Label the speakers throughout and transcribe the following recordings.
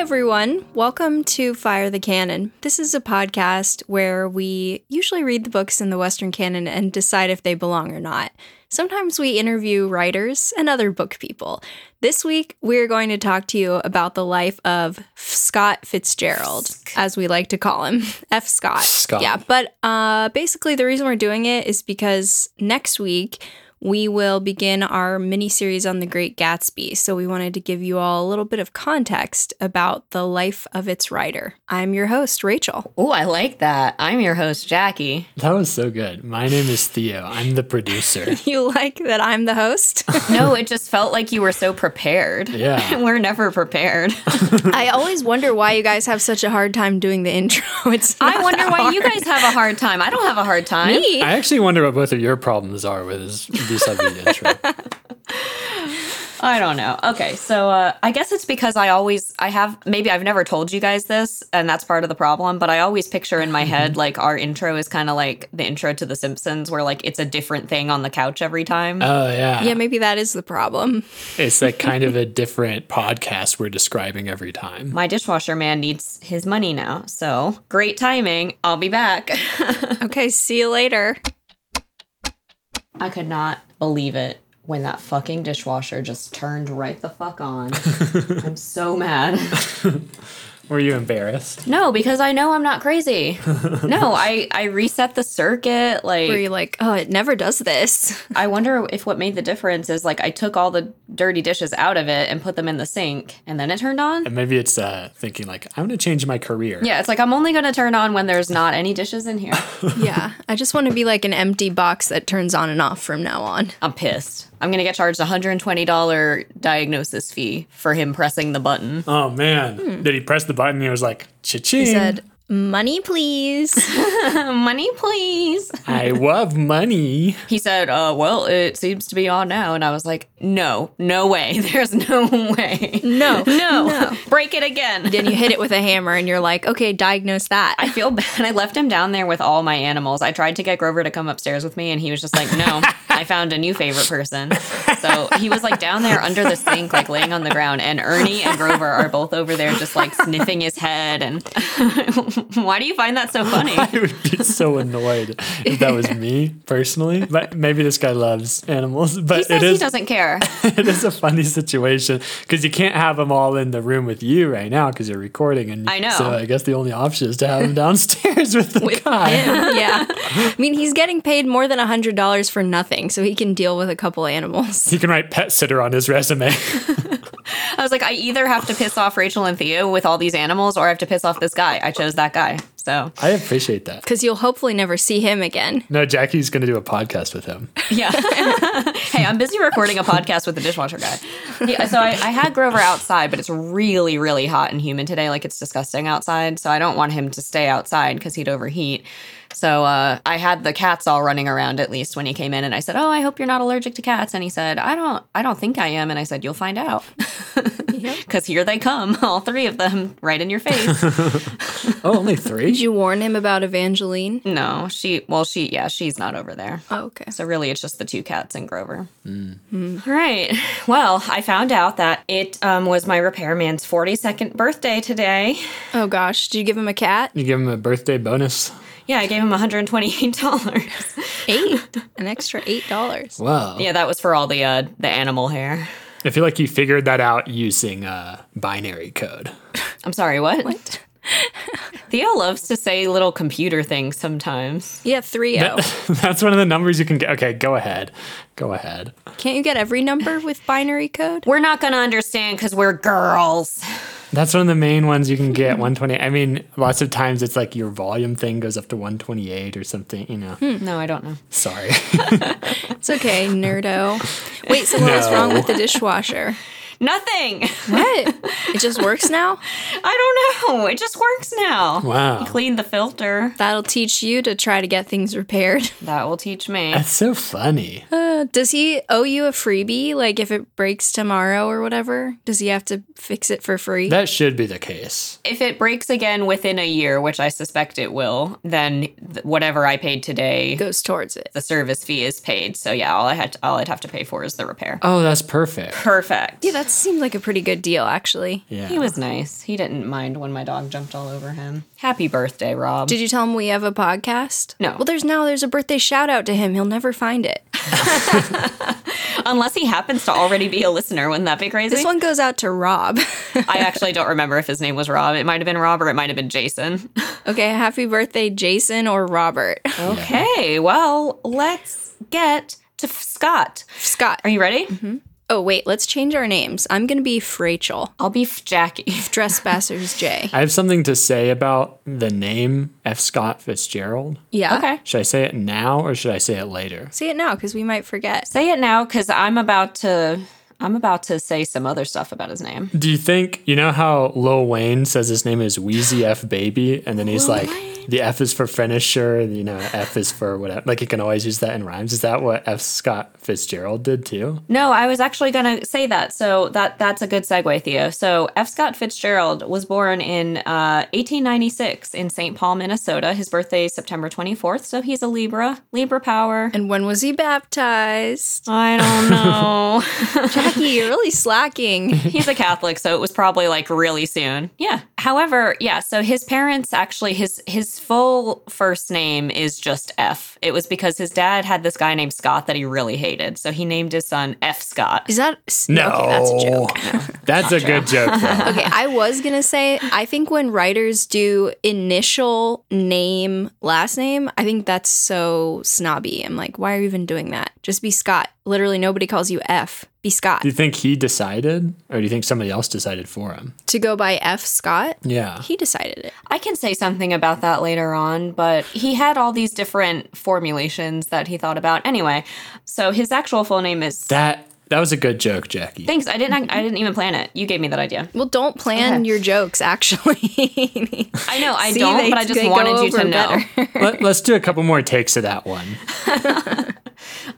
Speaker 1: everyone. Welcome to Fire the Canon. This is a podcast where we usually read the books in the Western canon and decide if they belong or not. Sometimes we interview writers and other book people. This week, we're going to talk to you about the life of Scott Fitzgerald, as we like to call him, F. Scott.
Speaker 2: Scott.
Speaker 1: Yeah, but uh, basically, the reason we're doing it is because next week we will begin our mini series on The Great Gatsby. So we wanted to give you all a little bit of context about the life of its writer. I'm your host, Rachel.
Speaker 3: Oh, I like that. I'm your host, Jackie.
Speaker 2: That was so good. My name is Theo. I'm the producer.
Speaker 1: You like that I'm the host?
Speaker 3: No, it just felt like you were so prepared.
Speaker 2: Yeah.
Speaker 3: We're never prepared.
Speaker 1: I always wonder why you guys have such a hard time doing the intro. It's
Speaker 3: I wonder why you guys have a hard time. I don't have a hard time.
Speaker 1: Me?
Speaker 2: I actually wonder what both of your problems are with this, this subject intro.
Speaker 3: I don't know. Okay, so uh, I guess it's because I always I have maybe I've never told you guys this, and that's part of the problem. But I always picture in my head like our intro is kind of like the intro to The Simpsons, where like it's a different thing on the couch every time.
Speaker 2: Oh, yeah.
Speaker 1: Yeah, maybe that is the problem.
Speaker 2: It's like kind of a different podcast we're describing every time.
Speaker 3: my dishwasher man needs his money now, so great timing. I'll be back.
Speaker 1: Okay, see you later.
Speaker 3: I could not believe it when that fucking dishwasher just turned right the fuck on. I'm so mad.
Speaker 2: Were you embarrassed?
Speaker 3: No, because I know I'm not crazy. No, I I reset the circuit
Speaker 1: Where you're
Speaker 3: like
Speaker 1: like, oh, it never does this.
Speaker 3: I wonder if what made the difference is like I took all the dirty dishes out of it and put them in the sink and then it turned on.
Speaker 2: And maybe it's uh, thinking, like, I'm going to change my career.
Speaker 3: Yeah, it's like I'm only going to turn on when there's not any dishes in here.
Speaker 1: yeah, I just want to be like an empty box that turns on and off from now on.
Speaker 3: I'm pissed. I'm going to get charged a $120 diagnosis fee for him pressing the button.
Speaker 2: Oh, man.
Speaker 3: Hmm.
Speaker 2: Did he press the button? And he was like, cha-ching.
Speaker 3: Mm.
Speaker 1: He said, money, please.
Speaker 3: Money, please.
Speaker 2: I love money.
Speaker 3: He said, uh, well, it seems to be on now. And I was like, no, no way. There's no way.
Speaker 1: No,
Speaker 3: No. Break it again.
Speaker 1: Then you hit it with a hammer and you're like, okay, diagnose that.
Speaker 3: I feel bad. I left him down there with all my animals. I tried to get Grover to come upstairs with me, and he was just like, no, I found a new favorite person. So he was like down there under the sink, like laying on the ground. And Ernie and Grover are both over there just like sniffing his head. And why do you find that so funny?
Speaker 2: I would be so annoyed if that was me personally. But maybe this guy loves animals. But
Speaker 3: He says
Speaker 2: it
Speaker 3: he
Speaker 2: is
Speaker 3: doesn't care.
Speaker 2: it is a funny situation because you can't have them all in the room with you right now because you're recording. And
Speaker 3: I know.
Speaker 2: So I guess the only option is to have them downstairs with the guy.
Speaker 1: yeah. I mean, he's getting paid more than $100 for nothing, so he can deal with a couple animals.
Speaker 2: He can write pet sitter on his resume.
Speaker 3: I was like, I either have to piss off Rachel and Theo with all these animals, or I have to piss off this guy. I chose that guy. So
Speaker 2: I appreciate that.
Speaker 1: Because you'll hopefully never see him again.
Speaker 2: No, Jackie's going to do a podcast with him.
Speaker 3: Yeah. hey, I'm busy recording a podcast with the dishwasher guy. Yeah, so I, I had Grover outside, but it's really, really hot and humid today. Like it's disgusting outside. So I don't want him to stay outside because he'd overheat. So uh, I had the cats all running around at least when he came in, and I said, "Oh, I hope you're not allergic to cats." And he said, "I don't, I don't think I am." And I said, "You'll find out, because here they come, all three of them, right in your face."
Speaker 2: Oh, only three?
Speaker 1: Did you warn him about Evangeline?
Speaker 3: no, she, well, she, yeah, she's not over there.
Speaker 1: Oh, okay.
Speaker 3: So really, it's just the two cats and Grover. All right. Well, I found out that it um, was my repairman's 42nd birthday today.
Speaker 1: Oh, gosh. Did you give him a cat?
Speaker 2: you give him a birthday bonus.
Speaker 3: Yeah, I gave him $128.
Speaker 1: Eight. An extra $8.
Speaker 2: Wow.
Speaker 3: yeah, that was for all the uh, the animal hair.
Speaker 2: I feel like you figured that out using uh, binary code.
Speaker 3: I'm sorry, what? What? Theo loves to say little computer things sometimes.
Speaker 1: Yeah, 3 0.
Speaker 2: That's one of the numbers you can get. Okay, go ahead. Go ahead.
Speaker 1: oh. Can't you get every number with binary code?
Speaker 3: We're not going to understand because we're girls.
Speaker 2: That's one of the main ones you can get 120. I mean, lots of times it's like your volume thing goes up to 128 or something, you know.
Speaker 3: No, I don't know.
Speaker 2: Sorry.
Speaker 1: It's okay, nerdo. Wait, so what was
Speaker 2: No.
Speaker 1: wrong with the dishwasher?
Speaker 3: Nothing.
Speaker 1: What? It just works now?
Speaker 3: I don't know. It just works now.
Speaker 2: Wow.
Speaker 3: Clean the filter.
Speaker 1: That'll teach you to try to get things repaired.
Speaker 3: That will teach me.
Speaker 2: That's so funny.
Speaker 1: Uh, does he owe you a freebie? Like if it breaks tomorrow or whatever? Does he have to fix it for free?
Speaker 2: That should be the case.
Speaker 3: If it breaks again within a year, which I suspect it will, then th- whatever I paid today,
Speaker 1: Goes towards it.
Speaker 3: the service fee is paid. So yeah, all I had to, all I'd have to pay for is the repair.
Speaker 2: Oh, that's perfect.
Speaker 3: Perfect.
Speaker 1: Yeah, that's seemed like a pretty good deal, actually.
Speaker 2: Yeah.
Speaker 3: He was nice. He didn't mind when my dog jumped all over him. Happy birthday, Rob.
Speaker 1: Did you tell him we have a podcast?
Speaker 3: No.
Speaker 1: Well, there's now there's a birthday shout out to him. He'll never find it.
Speaker 3: Unless he happens to already be a listener, wouldn't that be crazy?
Speaker 1: This one goes out to Rob.
Speaker 3: I actually don't remember if his name was Rob. It might have been Rob or it might have been Jason.
Speaker 1: okay, happy birthday, Jason or Robert.
Speaker 3: Okay, well, let's get to F- Scott.
Speaker 1: Scott.
Speaker 3: Are you ready?
Speaker 1: Oh wait, let's change our names. I'm gonna be Frachel.
Speaker 3: I'll be F- Jackie.
Speaker 1: Dressbasser's J.
Speaker 2: I have something to say about the name F. Scott Fitzgerald.
Speaker 1: Yeah.
Speaker 3: Okay.
Speaker 2: Should I say it now or should I say it later?
Speaker 1: Say it now because we might forget.
Speaker 3: Say it now cuz I'm about to I'm about to say some other stuff about his name.
Speaker 2: Do you think you know how Lil Wayne says his name is Wheezy F Baby, and then he's like, the F is for finisher, you know, F is for whatever. Like he can always use that in rhymes. Is that what F. Scott Fitzgerald did too?
Speaker 3: No, I was actually going to say that. So that that's a good segue, Theo. So F. Scott Fitzgerald was born in uh, 1896 in St. Paul, Minnesota. His birthday is September 24th, so he's a Libra. Libra power.
Speaker 1: And when was he baptized?
Speaker 3: I don't know.
Speaker 1: Jackie, you're really slacking.
Speaker 3: He's a Catholic, so it was probably like really soon. Yeah. However, yeah, so his parents actually his his full first name is just F. It was because his dad had this guy named Scott that he really hated. So he named his son F. Scott.
Speaker 1: Is that s-
Speaker 2: No,
Speaker 1: Okay, that's a joke.
Speaker 2: That's a good joke. Though.
Speaker 1: Okay, I was gonna say I think when writers do initial name last name, I think that's so snobby. I'm like, why are you even doing that? Just be Scott. Literally, nobody calls you F. Be Scott.
Speaker 2: Do you think he decided, or do you think somebody else decided for him?
Speaker 1: To go by F Scott,
Speaker 2: Yeah.
Speaker 1: he decided it.
Speaker 3: I can say something about that later on, but he had all these different formulations that he thought about. Anyway, so his actual full name is
Speaker 2: That that was a good joke, Jackie.
Speaker 3: Thanks. I didn't I didn't even plan it. You gave me that idea.
Speaker 1: Well, don't plan
Speaker 3: Okay.
Speaker 1: your jokes. Actually,
Speaker 3: I know I
Speaker 1: See,
Speaker 3: don't,
Speaker 1: they-
Speaker 3: but I
Speaker 1: they
Speaker 3: just
Speaker 1: go
Speaker 3: wanted you to
Speaker 1: over
Speaker 3: know.
Speaker 1: better.
Speaker 2: Let, us do a couple more takes of that one.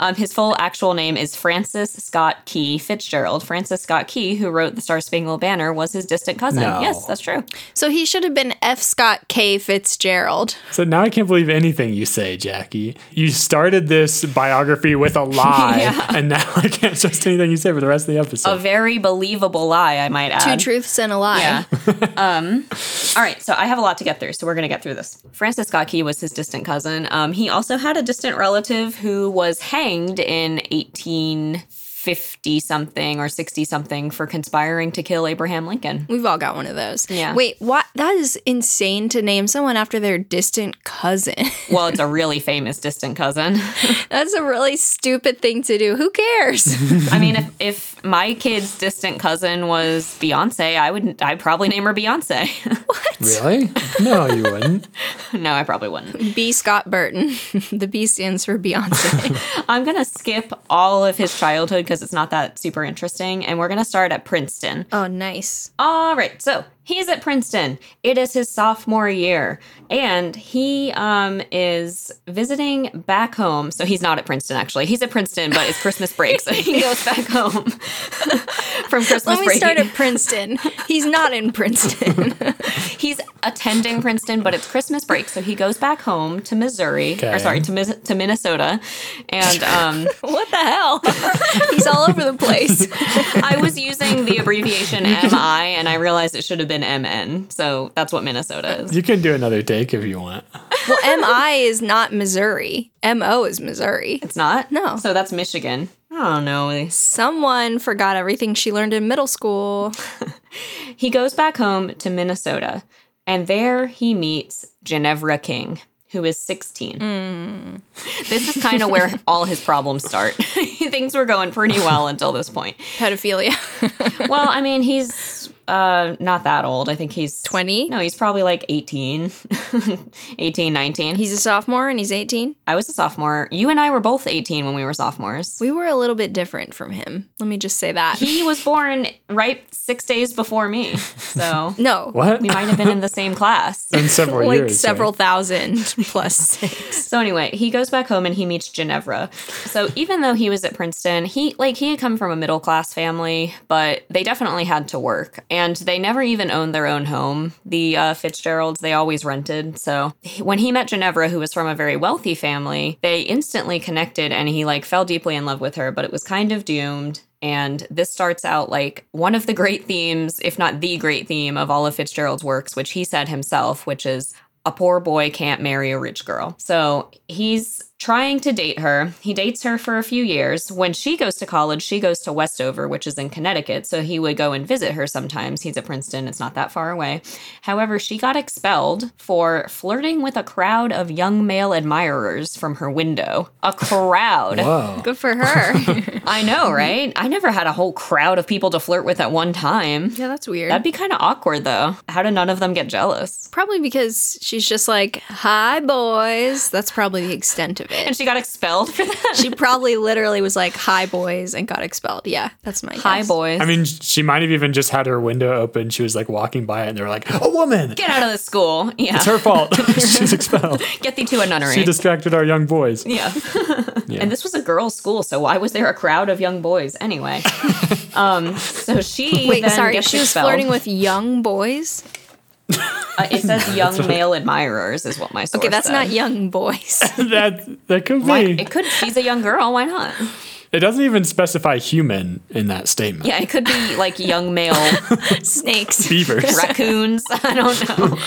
Speaker 3: Um, his full actual name is Francis Scott Key Fitzgerald. Francis Scott Key, who wrote the Star Spangled Banner, was his distant cousin.
Speaker 2: No.
Speaker 3: Yes, that's true.
Speaker 1: so he should have been F Scott K Fitzgerald.
Speaker 2: So now I can't believe anything you say, Jackie. You started this biography with a lie, and now I can't trust anything you say for the rest of the episode.
Speaker 3: A very believable lie, I might
Speaker 1: Two
Speaker 3: add.
Speaker 1: truths and a lie.
Speaker 3: Yeah. um, all right, so I have a lot to get through, so we're going to get through this. Francis Scott Key was his distant cousin. Um, he also had a distant relative who was hanged in 1850 something or 60 something for conspiring to kill Abraham Lincoln.
Speaker 1: We've all got one of those.
Speaker 3: Yeah.
Speaker 1: Wait, what? That is insane to name someone after their distant cousin.
Speaker 3: Well, it's a really famous distant cousin.
Speaker 1: That's a really stupid thing to do. Who cares?
Speaker 3: I mean, if, if my kid's distant cousin was Beyonce, I would I'd probably name her Beyonce.
Speaker 2: Really? No, you wouldn't.
Speaker 3: no, I probably wouldn't.
Speaker 1: B. Scott Burton. the B stands for Beyonce.
Speaker 3: I'm gonna skip all of his childhood because it's not that super interesting, and we're gonna start at Princeton.
Speaker 1: oh, nice.
Speaker 3: All right, so he's at Princeton. It is his sophomore year, and he um, is visiting back home. So he's not at Princeton actually. He's at Princeton, but it's Christmas break, so he goes back home from Christmas
Speaker 1: Let me
Speaker 3: break.
Speaker 1: start at Princeton. He's not in Princeton.
Speaker 3: He's attending Princeton, but it's Christmas break, so he goes back home to Missouri, or
Speaker 2: Okay.
Speaker 3: sorry, to, Mis- to Minnesota. And um,
Speaker 1: what the hell? He's all over the place.
Speaker 3: I was using the abbreviation MI, and I realized it should have been MN. So that's what Minnesota is.
Speaker 2: You can do another take if you want.
Speaker 1: Well, MI is not Missouri. MO is Missouri.
Speaker 3: It's not?
Speaker 1: No.
Speaker 3: So that's Michigan. I don't know.
Speaker 1: Someone forgot everything she learned in middle school.
Speaker 3: He goes back home to Minnesota, and there he meets Ginevra King, who is 16. This is kind of where all his problems start. Things were going pretty well until this point.
Speaker 1: Pedophilia.
Speaker 3: Well, I mean, he's uh, not that old. I think he's
Speaker 1: 20?
Speaker 3: No, he's probably like 18, 18, 19.
Speaker 1: He's a sophomore and he's 18.
Speaker 3: I was a sophomore. You and I were both 18 when we were sophomores.
Speaker 1: We were a little bit different from him. Let me just say that.
Speaker 3: He was born right six days before me. So
Speaker 1: no.
Speaker 2: What?
Speaker 3: we might have been in the same class.
Speaker 2: In several
Speaker 1: Like
Speaker 2: years.
Speaker 1: several
Speaker 2: right?
Speaker 1: thousand plus six.
Speaker 3: So anyway, he goes back home and he meets Ginevra. So even though he was at Princeton, he like he had come from a middle class family, but they definitely had to work, and they never even owned their own home. The uh, Fitzgeralds they always rented. So he- when he met Ginevra, who was from a very wealthy family, they instantly connected, and he like fell deeply in love with her. But it was kind of doomed. And this starts out like one of the great themes, if not the great theme of all of Fitzgerald's works, which he said himself, which is a poor boy can't marry a rich girl. So he's trying to date her. He dates her for a few years. When she goes to college, she goes to Westover, which is in Connecticut. So he would go and visit her sometimes. He's at Princeton, it's not that far away. However, she got expelled for flirting with a crowd of young male admirers from her window. A crowd.
Speaker 2: Whoa.
Speaker 1: Good for her.
Speaker 3: I know, right? I never had a whole crowd of people to flirt with at one time.
Speaker 1: yeah, that's weird.
Speaker 3: That'd be kind of awkward, though. How do none of them get jealous?
Speaker 1: Probably because she's just like, hi, boys. That's probably the extent of it.
Speaker 3: And she got expelled for that.
Speaker 1: She probably literally was like, hi, boys, and got expelled. Yeah, that's my
Speaker 3: Hi,
Speaker 1: guess.
Speaker 3: boys.
Speaker 2: I mean, she might have even just had her window open. She was like walking by it, and they were like, "A woman!
Speaker 3: Get out of the school. Yeah.
Speaker 2: It's her fault. She's expelled.
Speaker 3: Get thee to a nunnery.
Speaker 2: She distracted our young boys."
Speaker 3: yeah. And this was a girls' school, so why was there a crowd of young boys anyway? um, so she
Speaker 1: Wait,
Speaker 3: then
Speaker 1: sorry.
Speaker 3: gets
Speaker 1: She was
Speaker 3: expelled.
Speaker 1: flirting with young boys.
Speaker 3: Uh, it says young male admirers is what my source
Speaker 1: Okay, that's
Speaker 3: said.
Speaker 1: not young boys.
Speaker 2: that that could
Speaker 3: Why-
Speaker 2: be.
Speaker 3: It could. She's a young girl. Why not?
Speaker 2: It doesn't even specify human in that statement.
Speaker 3: Yeah, it could be like young male
Speaker 1: Snakes.
Speaker 2: Beavers.
Speaker 3: raccoons. I don't know.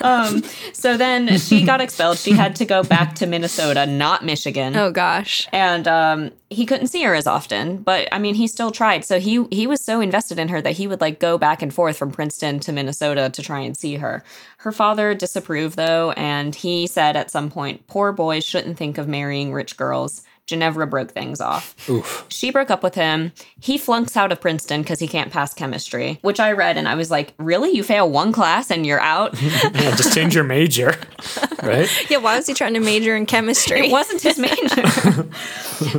Speaker 3: um, so then she got expelled. She had to go back to Minnesota, not Michigan.
Speaker 1: Oh, gosh.
Speaker 3: And um, he couldn't see her as often, but I mean, he still tried. So he he was so invested in her that he would like go back and forth from Princeton to Minnesota to try and see her. Her father disapproved though, and he said at some point, "Poor boys shouldn't think of marrying rich girls." Ginevra broke things off.
Speaker 2: Oof.
Speaker 3: She broke up with him. He flunks out of Princeton because he can't pass chemistry, which I read and I was like, really? You fail one class and you're out?
Speaker 2: Yeah, just change your major, right?
Speaker 1: Yeah, why was he trying to major in chemistry?
Speaker 3: It wasn't his major.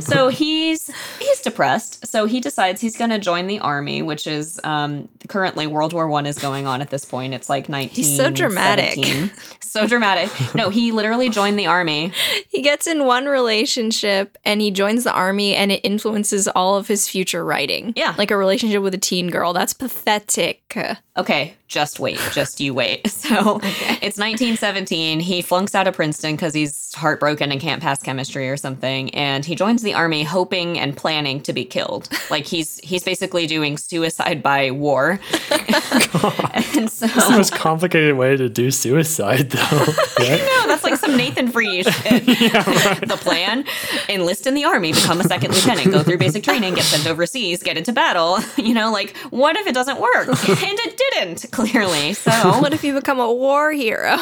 Speaker 3: so he's he's depressed. So he decides he's going to join the army, which is um, currently World War One is going on at this point. It's like nineteen.
Speaker 1: so dramatic.
Speaker 3: 17. So dramatic. No, he literally joined the army.
Speaker 1: He gets in one relationship and he joins the army and it influences all of his future writing.
Speaker 3: Yeah.
Speaker 1: Like a relationship with a teen girl. That's pathetic.
Speaker 3: Okay, just wait, just you wait. So it's 1917. He flunks out of Princeton because he's heartbroken and can't pass chemistry or something, and he joins the army, hoping and planning to be killed. Like he's he's basically doing suicide by war. and so
Speaker 2: It's the most complicated way to do suicide, though. Right?
Speaker 3: no, that's like some Nathan Free shit. the plan: enlist in the army, become a second lieutenant, go through basic training, get sent overseas, get into battle. You know, like what if it doesn't work? and it didn't clearly. So.
Speaker 1: What if you become a war hero?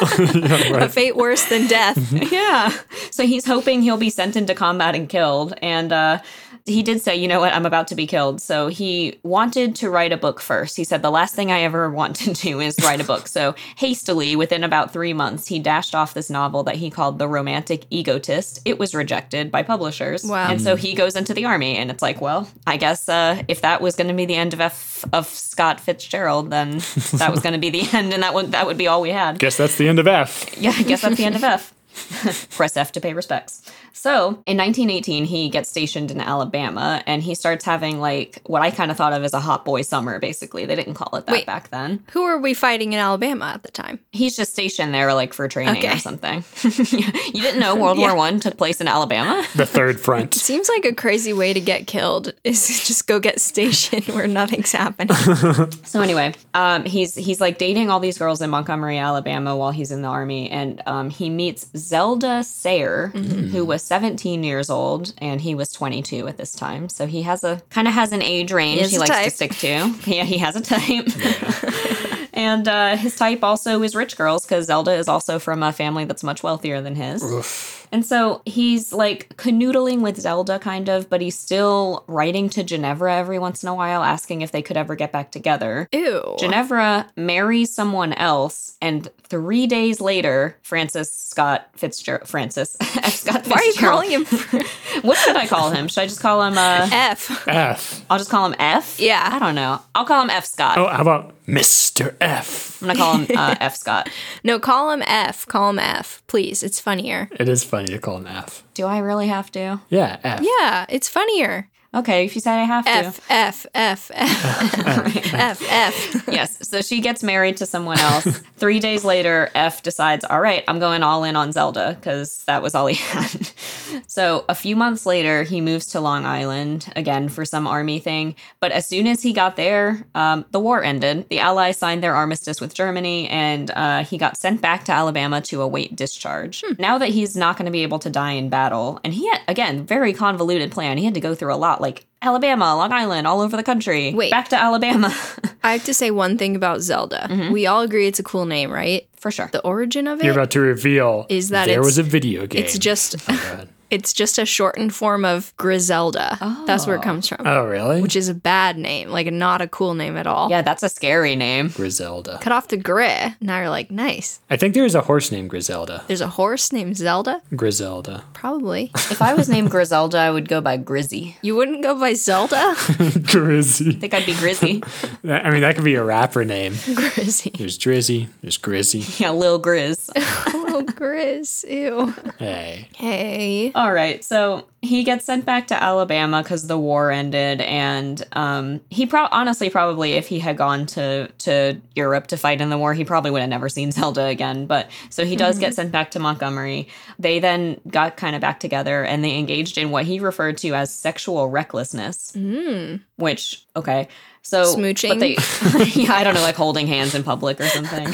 Speaker 1: A fate worse than death.
Speaker 3: Yeah. So he's hoping he'll be sent into combat and killed. And uh, he did say, you know what, I'm about to be killed. So he wanted to write a book first. He said, the last thing I ever want to do is write a book. So hastily, within about three months, he dashed off this novel that he called The Romantic Egotist. It was rejected by publishers.
Speaker 1: Wow.
Speaker 3: And so he goes into the army and it's like, well, I guess uh, if that was going to be the end of F- of Scott Fitzgerald, then that was going to be the end and that would, that would be all we had.
Speaker 2: Guess that's the end of F.
Speaker 3: Yeah, I guess that's the end of F. Press F to pay respects. So in 1918, he gets stationed in Alabama and he starts having like what I kind of thought of as a hot boy summer, basically. They didn't call it that
Speaker 1: Wait.
Speaker 3: back then.
Speaker 1: Who are we fighting in Alabama at the time?
Speaker 3: He's just stationed there like for training
Speaker 1: Okay.
Speaker 3: or something. you didn't know World War One took place in Alabama?
Speaker 2: The third front.
Speaker 1: Seems like a crazy way to get killed is to just go get stationed where nothing's happening.
Speaker 3: So anyway, um, he's he's like dating all these girls in Montgomery, Alabama, while he's in the army, and um, he meets Zelda Sayer,
Speaker 1: Mm-hmm.
Speaker 3: who was 17 years old, and he was 22 at this time. So he has a kind of has an age range
Speaker 1: He has
Speaker 3: he,
Speaker 1: a
Speaker 3: likes to
Speaker 1: type.
Speaker 3: stick to. Yeah, he has a type. And uh, his type also is rich girls because Zelda is also from a family that's much wealthier than his. And so he's like canoodling with Zelda, kind of, but he's still writing to Ginevra every once in a while, asking if they could ever get back together.
Speaker 1: Ew.
Speaker 3: Ginevra marries someone else, and three days later, Francis Scott Fitzgerald. Francis F. Scott Fitzgerald.
Speaker 1: Why are you calling him
Speaker 3: What should I call him? Should I just call him? Uh,
Speaker 1: F?
Speaker 2: F.
Speaker 3: I'll just call him F.
Speaker 1: Yeah.
Speaker 3: I don't know. I'll call him F. Scott.
Speaker 2: Oh, how about Mr. F?
Speaker 3: I'm gonna call him uh, F. Scott.
Speaker 1: No, call him F. Call him F, please. It's funnier.
Speaker 2: It is funny to call him F.
Speaker 3: Do I really have to?
Speaker 2: Yeah, F.
Speaker 1: Yeah, it's funnier.
Speaker 3: Okay, if you say I have to.
Speaker 1: F, F, F, F, F, F.
Speaker 3: yes. So she gets married to someone else. Three days later, F decides, all right, I'm going all in on Zelda because that was all he had. so a few months later, he moves to Long Island again for some army thing. But as soon as he got there, um, the war ended. The Allies signed their armistice with Germany, and uh, he got sent back to Alabama to await discharge. Now that he's not going to be able to die in battle, and he had, again, very convoluted plan. He had to go through a lot, like Alabama, Long Island, all over the country.
Speaker 1: Wait.
Speaker 3: Back to Alabama.
Speaker 1: I have to say one thing about Zelda. We all agree it's a cool name, right?
Speaker 3: For sure.
Speaker 1: The origin of it
Speaker 2: You're about to reveal
Speaker 1: Is that
Speaker 2: there
Speaker 1: it's-
Speaker 2: was a video game.
Speaker 1: it's just
Speaker 2: God.
Speaker 1: it's just a shortened form of Griselda. That's where it comes from.
Speaker 2: Oh, really?
Speaker 1: Which is a bad name, like not a cool name at all.
Speaker 3: Yeah, that's a scary name.
Speaker 2: Griselda.
Speaker 1: Cut off the gray. Now you're like, nice.
Speaker 2: I think there is a horse named Griselda.
Speaker 1: There's a horse named Zelda?
Speaker 2: Griselda.
Speaker 1: Probably.
Speaker 3: If I was named Griselda, I would go by Grizzy.
Speaker 1: You wouldn't go by Zelda?
Speaker 3: I
Speaker 2: Grizzy.
Speaker 3: think I'd be Grizzy.
Speaker 2: I mean, that could be a rapper name.
Speaker 1: Grizzy.
Speaker 2: There's Drizzy. There's Grizzy.
Speaker 3: yeah, Lil Grizz.
Speaker 1: Hello, Oh, Grizz. Ew.
Speaker 2: Hey.
Speaker 1: Hey.
Speaker 3: All right, so he gets sent back to Alabama because the war ended, and um, he pro- honestly probably if he had gone to to Europe to fight in the war, he probably would have never seen Zelda again. But so he does get sent back to Montgomery. They then got kind of back together, and they engaged in what he referred to as sexual recklessness. Mm. Which okay, so
Speaker 1: Smooching?
Speaker 3: Oh, But they, yeah, I don't know, like holding hands in public or something.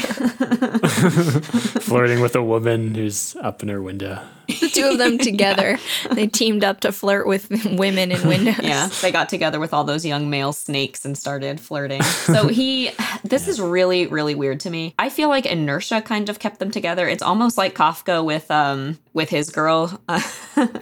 Speaker 2: Flirting with a woman who's up in her window.
Speaker 1: The two of them together, they teamed up to flirt with women in windows.
Speaker 3: Yeah, they got together with all those young male snakes and started flirting. So he, this is really, really weird to me. I feel like inertia kind of kept them together. It's almost like Kafka with um with his girl, uh,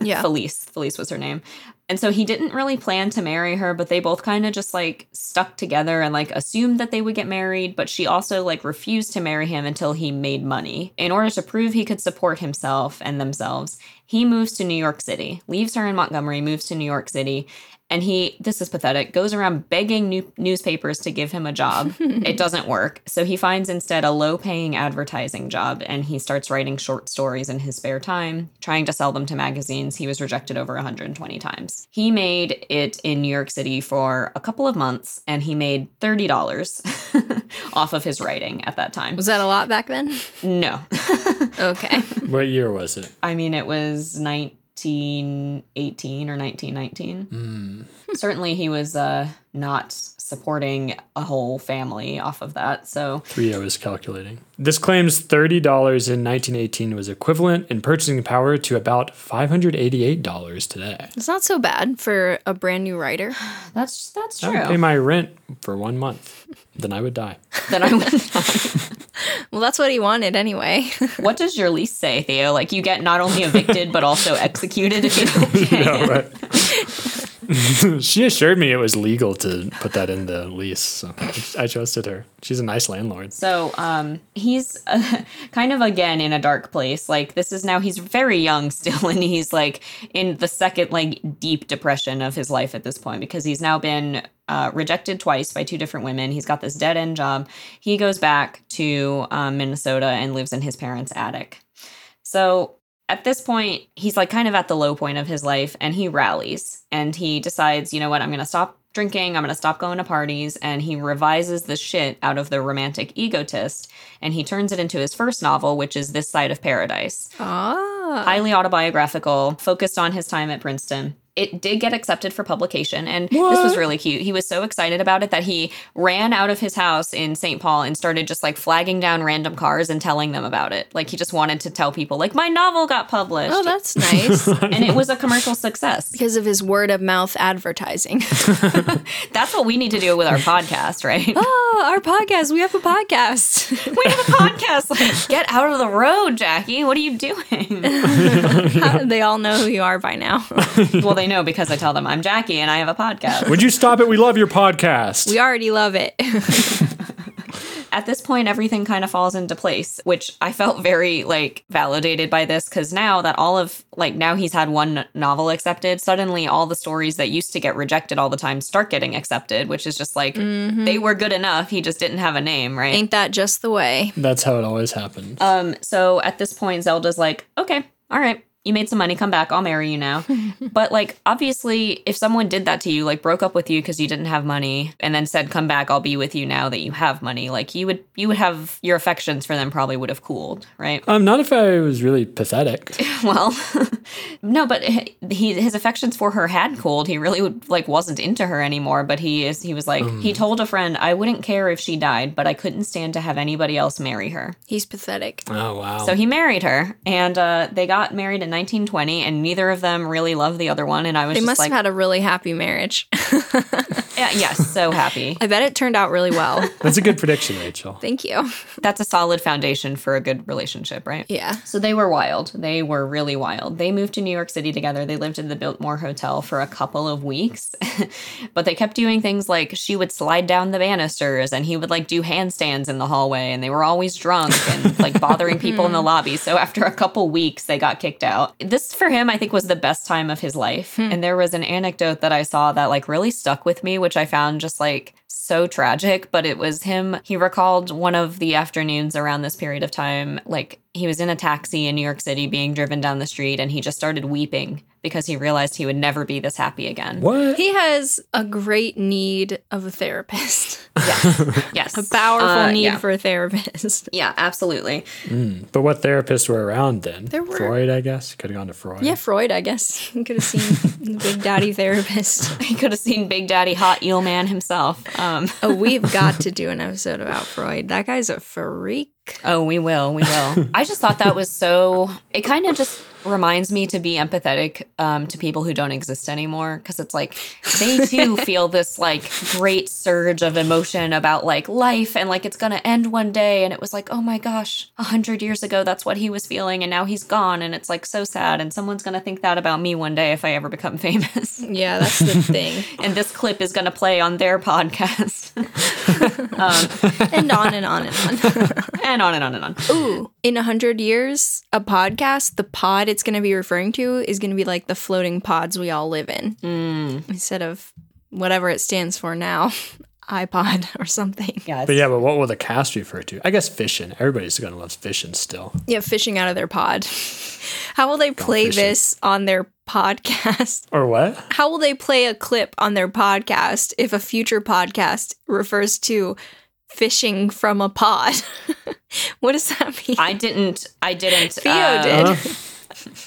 Speaker 1: Yeah.
Speaker 3: Felice. Felice was her name. And so he didn't really plan to marry her, but they both kind of just like stuck together and like assumed that they would get married. But she also like refused to marry him until he made money. In order to prove he could support himself and themselves, he moves to New York City, leaves her in Montgomery, moves to New York City. And he, this is pathetic, goes around begging new- newspapers to give him a job. it doesn't work. So he finds instead a low paying advertising job and he starts writing short stories in his spare time, trying to sell them to magazines. He was rejected over 120 times. He made it in New York City for a couple of months and he made $30 off of his writing at that time.
Speaker 1: Was that a lot back then?
Speaker 3: No.
Speaker 1: Okay.
Speaker 2: What year was it?
Speaker 3: I mean, it was 1918 or 1919. Certainly, he was uh, not supporting a whole family off of that. So,
Speaker 2: Three I was calculating. This claims $30 in 1918 was equivalent in purchasing power to about $588 today.
Speaker 1: It's not so bad for a brand new writer.
Speaker 3: that's that's
Speaker 2: I would pay
Speaker 3: true.
Speaker 2: my rent for one month. Then I would die.
Speaker 3: then I went.
Speaker 1: Well, that's what he wanted anyway.
Speaker 3: what does your lease say, Theo? Like, you get not only evicted but also executed if you don't pay.
Speaker 2: she assured me it was legal to put that in the lease. So I trusted her. She's a nice landlord.
Speaker 3: So um, he's uh, kind of again in a dark place. Like this is now he's very young still, and he's like in the second like deep depression of his life at this point because he's now been uh, rejected twice by two different women. He's got this dead end job. He goes back to um, Minnesota and lives in his parents' attic. So at this point, he's like kind of at the low point of his life and he rallies and he decides, you know what, I'm going to stop drinking, I'm going to stop going to parties. And he revises the shit out of The Romantic Egotist and he turns it into his first novel, which is This Side of Paradise.
Speaker 1: Ah.
Speaker 3: Highly autobiographical, focused on his time at Princeton. It did get accepted for publication, and this was
Speaker 2: What?
Speaker 3: really cute. He was so excited about it that he ran out of his house in St. Paul and started just like flagging down random cars and telling them about it. Like he just wanted to tell people, like, my novel got published
Speaker 1: Oh, that's nice.
Speaker 3: and it was a commercial success.
Speaker 1: because of his word of mouth advertising.
Speaker 3: That's what we need to do with our podcast, right?
Speaker 1: oh, our podcast. We have a podcast.
Speaker 3: we have a podcast. Like, get out of the road, Jackie. What are you doing?
Speaker 1: they all know who you are by now.
Speaker 3: well, they know because I tell them I'm Jackie and I have a podcast.
Speaker 2: Would you stop it? We love your podcast.
Speaker 1: We already love it.
Speaker 3: At this point, everything kind of falls into place, which I felt very like validated by this because now that all of like now he's had one novel accepted, suddenly all the stories that used to get rejected all the time start getting accepted, which is just like they were good enough. He just didn't have a name, right?
Speaker 1: Ain't that just the way?
Speaker 2: That's how it always happens.
Speaker 3: Um, so at this point, Zelda's like, okay, all right, you made some money, come back, I'll marry you now. but like obviously if someone did that to you, like broke up with you because you didn't have money and then said, Come back, I'll be with you now that you have money, like you would you would have your affections for them probably would have cooled, right?
Speaker 2: Um, not if I was really pathetic.
Speaker 3: well no but he, he- his affections for her had cooled he really would like wasn't into her anymore but he is he was like he told a friend i wouldn't care if she died but i couldn't stand to have anybody else marry her
Speaker 1: He's pathetic.
Speaker 2: Oh wow.
Speaker 3: so he married her and uh, they got married in 1920 and neither of them really loved the other one and i was
Speaker 1: They
Speaker 3: just
Speaker 1: must
Speaker 3: like
Speaker 1: have had a really happy marriage.
Speaker 3: yeah, yes so happy
Speaker 1: I bet it turned out really well.
Speaker 2: That's a good prediction, Rachel.
Speaker 1: Thank you.
Speaker 3: that's a solid foundation for a good relationship right
Speaker 1: Yeah.
Speaker 3: So they were wild. They were really wild. They moved to New York City together. They lived in the Biltmore Hotel for a couple of weeks, but they kept doing things like she would slide down the banisters and he would like do handstands in the hallway and they were always drunk and like bothering people in the lobby. So after a couple weeks, they got kicked out. This for him, I think, was the best time of his life. And there was an anecdote that I saw that like really stuck with me, which I found just like so tragic, but it was him. He recalled one of the afternoons around this period of time, like he was in a taxi in New York City being driven down the street and he just started weeping because he realized he would never be this happy again.
Speaker 2: What?
Speaker 1: He has a great need of a therapist.
Speaker 3: Yes.
Speaker 1: A powerful
Speaker 3: Uh,
Speaker 1: need
Speaker 3: yeah.
Speaker 1: for a therapist.
Speaker 3: Yeah, absolutely.
Speaker 2: But what therapists were around then?
Speaker 1: There were-
Speaker 2: Freud, I guess. Could have gone to Freud.
Speaker 1: Yeah, Freud, I guess. You could have seen the big daddy therapist.
Speaker 3: He could have seen Big Daddy Hot Eel Man himself. Um,
Speaker 1: Oh, we've got to do an episode about Freud. That guy's a freak.
Speaker 3: oh, we will. We will. I just thought that was so, it kind of just reminds me to be empathetic um, to people who don't exist anymore because it's like they too feel this like great surge of emotion about like life and like it's going to end one day. And it was like, oh my gosh, a hundred years ago, that's what he was feeling. And now he's gone. And it's like so sad. And someone's going to think that about me one day if I ever become famous.
Speaker 1: Yeah, that's the thing.
Speaker 3: and this clip is going to play on their podcast
Speaker 1: And on and on and on.
Speaker 3: and on and on and on.
Speaker 1: Ooh, in a hundred years, a podcast, the pod it's going to be referring to is going to be like the floating pods we all live in instead of whatever it stands for now, iPod or something.
Speaker 3: Yeah,
Speaker 2: But yeah, but what will the cast refer to? I guess fishing. Everybody's gonna love fishing still.
Speaker 1: Yeah, fishing out of their pod. How will they play
Speaker 2: fishing.
Speaker 1: this on their podcast?
Speaker 2: Or what?
Speaker 1: How will they play a clip on their podcast if a future podcast refers to fishing from a pod? what does that mean?
Speaker 3: I didn't. I didn't.
Speaker 1: Theo
Speaker 3: uh,
Speaker 1: did.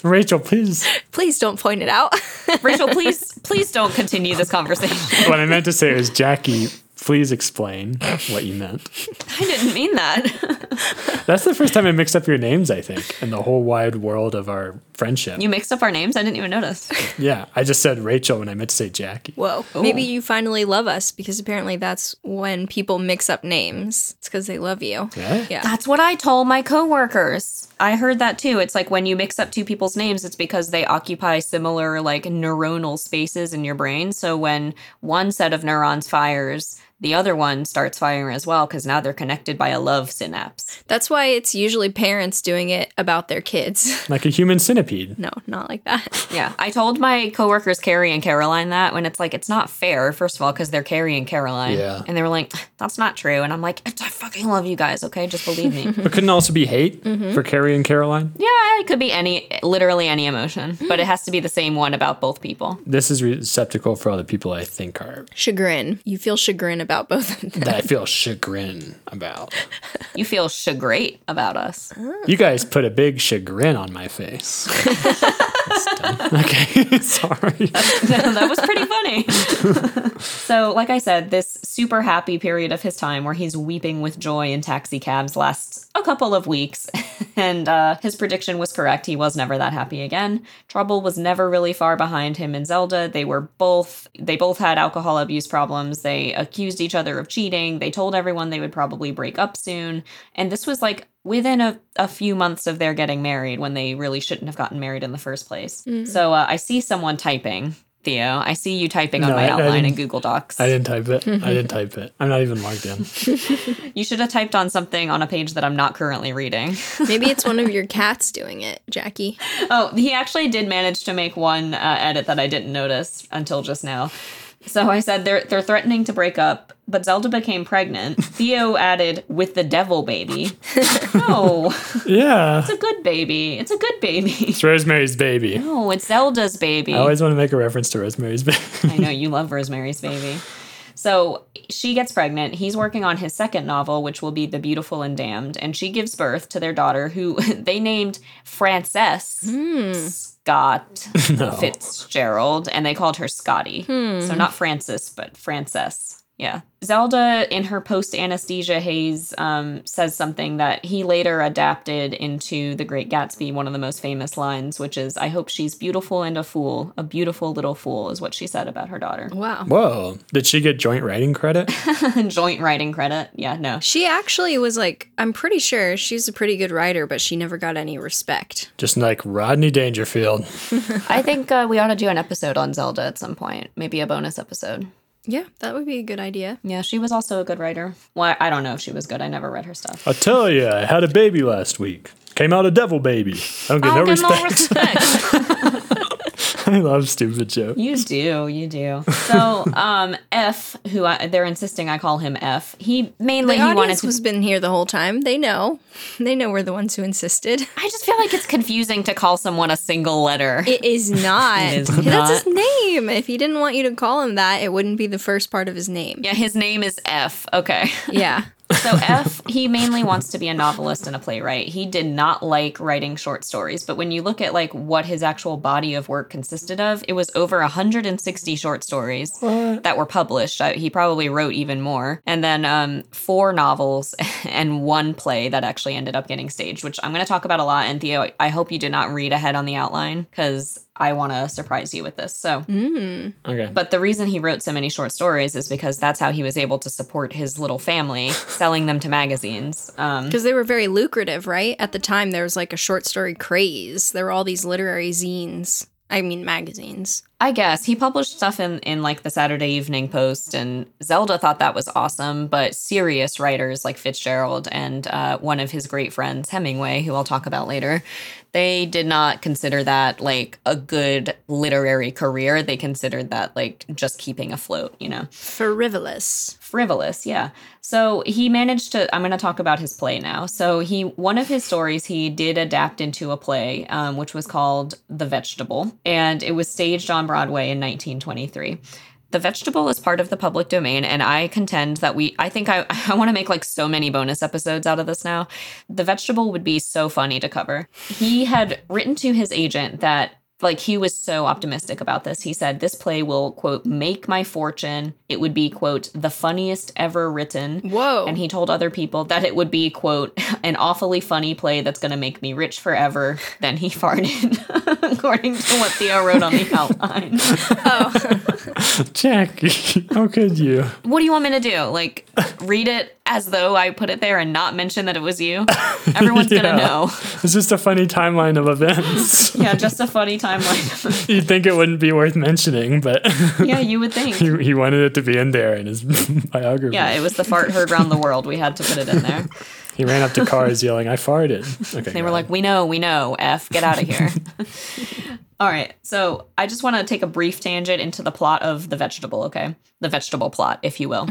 Speaker 2: Rachel, please.
Speaker 1: Please don't point it out.
Speaker 3: Rachel, please, please don't continue this conversation.
Speaker 2: what I meant to say was Jackie, please explain what you meant.
Speaker 3: I didn't mean that.
Speaker 2: That's the first time I mixed up your names, I think, in the whole wide world of our friendship.
Speaker 3: You mixed up our names. I didn't even notice.
Speaker 2: yeah, I just said Rachel when I meant to say Jackie.
Speaker 1: Whoa. Maybe you finally love us because apparently that's when people mix up names. It's because they love you.
Speaker 2: Yeah?
Speaker 1: Yeah.
Speaker 3: That's what I told my coworkers. I heard that too. It's like when you mix up two people's names, it's because they occupy similar like neuronal spaces in your brain. So when one set of neurons fires, the other one starts firing as well because now they're connected by a love synapse.
Speaker 1: That's why it's usually parents doing it about their kids.
Speaker 2: Like a human centipede.
Speaker 1: no, not like that.
Speaker 3: Yeah, I told my coworkers Carrie and Caroline that when it's like it's not fair. First of all, because they're Carrie and Caroline,
Speaker 2: Yeah.
Speaker 3: and they were like, "That's not true," and I'm like, "I fucking love you guys. Okay, just believe me."
Speaker 2: But couldn't it also be hate
Speaker 1: Mm-hmm.
Speaker 2: for Carrie and Caroline.
Speaker 3: yeah, it could be any, literally any emotion, but it has to be the same one about both people.
Speaker 2: This is receptacle for all the people I think are
Speaker 1: Chagrin. You feel chagrin about both of them.
Speaker 2: that I feel chagrin about.
Speaker 3: You feel chagrin about us.
Speaker 2: You guys put a big chagrin on my face. That's dumb. Okay, sorry.
Speaker 3: that was pretty funny. so, like I said, this super happy period of his time where he's weeping with joy in taxi cabs lasts a couple of weeks. and uh, his prediction was correct. He was never that happy again. Trouble was never really far behind him and Zelda. They were both, they both had alcohol abuse problems. They accused each other of cheating. They told everyone they would probably break up soon. And this was like, Within a, a few months of their getting married, when they really shouldn't have gotten married in the first place. So uh, I see someone typing. Theo, I see you typing on
Speaker 2: No,
Speaker 3: my
Speaker 2: I- I
Speaker 3: outline in
Speaker 2: didn't-
Speaker 3: Google Docs.
Speaker 2: I didn't type it. I didn't type it. I'm not even logged in.
Speaker 3: You should have typed on something on a page that I'm not currently reading.
Speaker 1: Maybe it's one of your cats doing it, Jackie.
Speaker 3: oh, he actually did manage to make one uh, edit that I didn't notice until just now. So I said they're they're threatening to break up, but Zelda became pregnant. Theo added with the devil baby. no,
Speaker 2: Yeah.
Speaker 3: it's a good baby. It's a good baby.
Speaker 2: It's Rosemary's Baby.
Speaker 3: No, it's Zelda's baby.
Speaker 2: I always want to make a reference to Rosemary's Baby.
Speaker 3: I know you love Rosemary's Baby. So she gets pregnant. He's working on his second novel, which will be The Beautiful and Damned, and she gives birth to their daughter, who they named Frances Hmm. Scott
Speaker 2: No.
Speaker 3: Fitzgerald, and they called her Scotty. So not Francis, but Frances. Yeah. Zelda, in her post anesthesia haze, um, says something that he later adapted into The Great Gatsby, one of the most famous lines, which is, I hope she's beautiful and a fool. A beautiful little fool is what she said about her daughter.
Speaker 1: Wow.
Speaker 2: Whoa. Did she get joint writing credit?
Speaker 3: Joint writing credit. Yeah, no.
Speaker 1: She actually was like, I'm pretty sure she's a pretty good writer, but she never got any respect.
Speaker 2: Just like Rodney Dangerfield.
Speaker 3: I think uh, we ought to do an episode on Zelda at some point, maybe a bonus episode.
Speaker 1: Yeah, that would be a good idea.
Speaker 3: Yeah, she was also a good writer. Well, I don't know if she was good. I never read her stuff.
Speaker 2: I tell ya, I had a baby last week. Came out a devil baby. I don't get no respect. I love stupid jokes.
Speaker 3: You do, you do. So, um, F, who I, they're insisting I call him F. He mainly
Speaker 1: The
Speaker 3: he wanted
Speaker 1: audience
Speaker 3: to.
Speaker 1: has been here the whole time. They know. They know we're the ones who insisted.
Speaker 3: I just feel like it's confusing to call someone a single letter.
Speaker 1: It is not.
Speaker 3: It is
Speaker 1: That's his name. If he didn't want you to call him that, it wouldn't be the first part of his name.
Speaker 3: yeah, his name is F. Okay.
Speaker 1: Yeah.
Speaker 3: So F, he mainly wants to be a novelist and a playwright. He did not like writing short stories, but when you look at like what his actual body of work consisted of, it was over 160 short stories that were published. I, he probably wrote even more, and then um, four novels and one play that actually ended up getting staged, which I'm going to talk about a lot. And Theo, I hope you did not read ahead on the outline because I want to surprise you with this. So.
Speaker 2: Okay.
Speaker 3: But the reason he wrote so many short stories is because that's how he was able to support his little family, selling them to magazines. Um,
Speaker 1: Because they were very lucrative, right? At the time, there was like a short story craze. There were all these literary zines. I mean, magazines.
Speaker 3: I guess he published stuff in, in like the Saturday Evening Post, and Zelda thought that was awesome. But serious writers like Fitzgerald and uh, one of his great friends, Hemingway, who I'll talk about later, they did not consider that like a good literary career. They considered that like just keeping afloat, you know?
Speaker 1: Frivolous.
Speaker 3: frivolous yeah so he managed to i'm going to talk about his play now so he one of his stories he did adapt into a play um, which was called the vegetable and it was staged on broadway in 1923 the vegetable is part of the public domain and i contend that we i think i, I want to make like so many bonus episodes out of this now the vegetable would be so funny to cover he had written to his agent that like he was so optimistic about this. He said, This play will, quote, make my fortune. It would be, quote, the funniest ever written.
Speaker 1: Whoa.
Speaker 3: And he told other people that it would be, quote, an awfully funny play that's going to make me rich forever. Then he farted, according to what Theo wrote on the outline.
Speaker 2: Jack, how could you?
Speaker 3: What do you want me to do? Like, read it as though I put it there and not mention that it was you? Everyone's going
Speaker 2: Yeah.
Speaker 3: to know.
Speaker 2: It's just a funny timeline of events.
Speaker 3: Yeah, just a funny timeline.
Speaker 2: You'd think it wouldn't be worth mentioning, but
Speaker 3: yeah, you would think.
Speaker 2: he, he wanted it to be in there in his biography.
Speaker 3: Yeah, it was the fart heard round the world. We had to put it in there.
Speaker 2: He ran up to cars yelling, I farted. Okay.
Speaker 3: They were like, "We know, we know, F, get out of here." All right. So, I just want to take a brief tangent into the plot of The Vegetable, okay? The vegetable plot, if you will.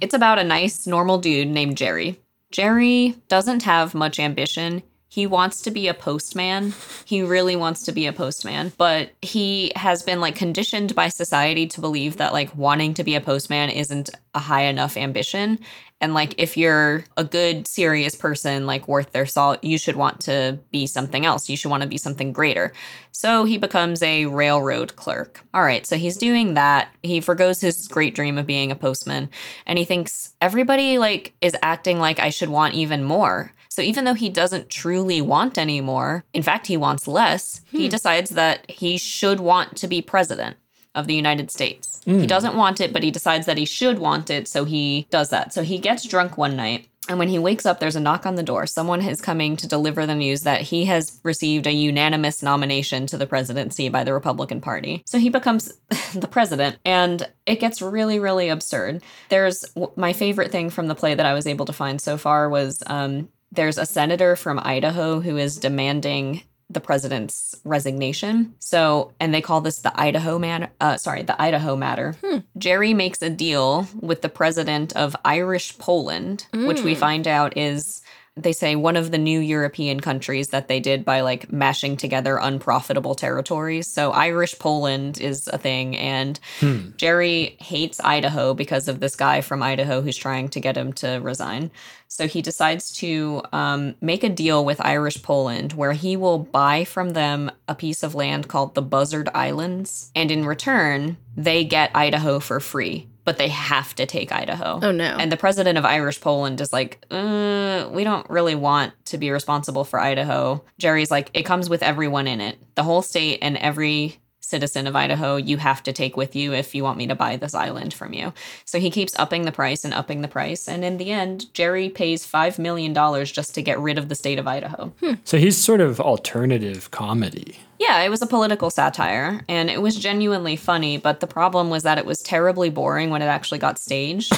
Speaker 3: It's about a nice normal dude named Jerry. Jerry doesn't have much ambition. He wants to be a postman. He really wants to be a postman, but he has been like conditioned by society to believe that like wanting to be a postman isn't a high enough ambition. And like if you're a good serious person like worth their salt, you should want to be something else. You should want to be something greater. So he becomes a railroad clerk. All right, so he's doing that. He forgoes his great dream of being a postman and he thinks everybody like is acting like I should want even more. So even though he doesn't truly want any more, in fact he wants less, he decides that he should want to be president of the United States. He doesn't want it, but he decides that he should want it, so he does that. So he gets drunk one night, and when he wakes up, there's a knock on the door. Someone is coming to deliver the news that he has received a unanimous nomination to the presidency by the Republican Party. So he becomes the president, and it gets really, really absurd. There's w- my favorite thing from the play that I was able to find so far was um, there's a senator from Idaho who is demanding the president's resignation. So, and they call this the Idaho man. Uh, sorry, the Idaho matter. Jerry makes a deal with the president of Irish Poland, which we find out is they say one of the new European countries that they did by like mashing together unprofitable territories. So Irish Poland is a thing, and
Speaker 2: Hmm.
Speaker 3: Jerry hates Idaho because of this guy from Idaho who's trying to get him to resign. So he decides to um, make a deal with Irish Poland where he will buy from them a piece of land called the Buzzard Islands. And in return, they get Idaho for free, but they have to take Idaho.
Speaker 1: Oh, no.
Speaker 3: And the president of Irish Poland is like, uh, we don't really want to be responsible for Idaho. Jerry's like, it comes with everyone in it, the whole state and every citizen of Idaho you have to take with you if you want me to buy this island from you. So he keeps upping the price and upping the price. And in the end, Jerry pays $5 million just to get rid of the state of Idaho.
Speaker 2: So he's sort of alternative comedy.
Speaker 3: Yeah, it was a political satire and it was genuinely funny, but the problem was that it was terribly boring when it actually got staged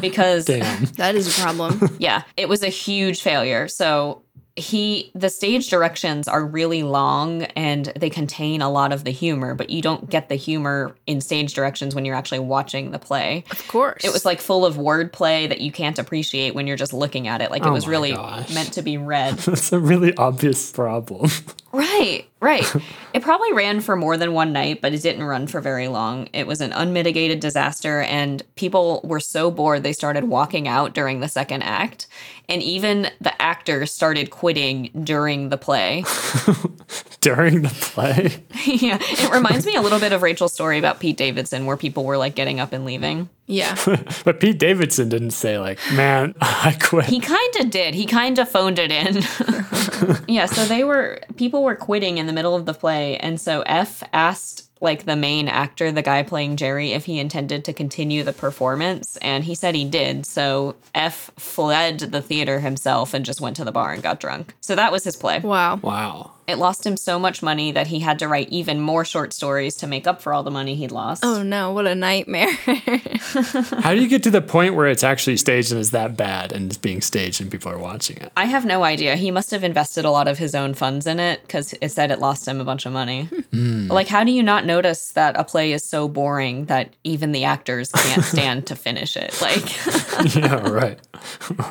Speaker 3: because
Speaker 2: Damn.
Speaker 1: That is a problem.
Speaker 3: yeah, it was a huge failure. So he the stage directions are really long and they contain a lot of the humor, but you don't get the humor in stage directions when you're actually watching the play.
Speaker 1: of course.
Speaker 3: It was like full of wordplay that you can't appreciate when you're just looking at it. Like it
Speaker 2: Oh
Speaker 3: was
Speaker 2: my
Speaker 3: really
Speaker 2: gosh.
Speaker 3: meant to be read.
Speaker 2: That's a really obvious problem.
Speaker 3: Right, right. it probably ran for more than one night, but it didn't run for very long. It was an unmitigated disaster, and people were so bored they started walking out during the second act. And even the actors started quitting during the play.
Speaker 2: During the play,
Speaker 3: yeah, it reminds me a little bit of Rachel's story about Pete Davidson, where people were like getting up and leaving.
Speaker 1: yeah.
Speaker 2: but Pete Davidson didn't say like, "Man, I quit."
Speaker 3: He kind of did. He kind of phoned it in. yeah, so they were people were quitting in the middle of the play and so F asked like the main actor, the guy playing Jerry, if he intended to continue the performance and he said he did. So F fled the theater himself and just went to the bar and got drunk. So that was his play.
Speaker 1: Wow.
Speaker 2: wow.
Speaker 3: It lost him so much money that he had to write even more short stories to make up for all the money he'd lost.
Speaker 1: Oh no, what a nightmare.
Speaker 2: How do you get to the point where it's actually staged and is that bad and it's being staged and people are watching it?
Speaker 3: I have no idea. He must have invested a lot of his own funds in it because it said it lost him a bunch of money. Like, how do you not notice that a play is so boring that even the actors can't stand to finish it? Like,
Speaker 2: yeah, right.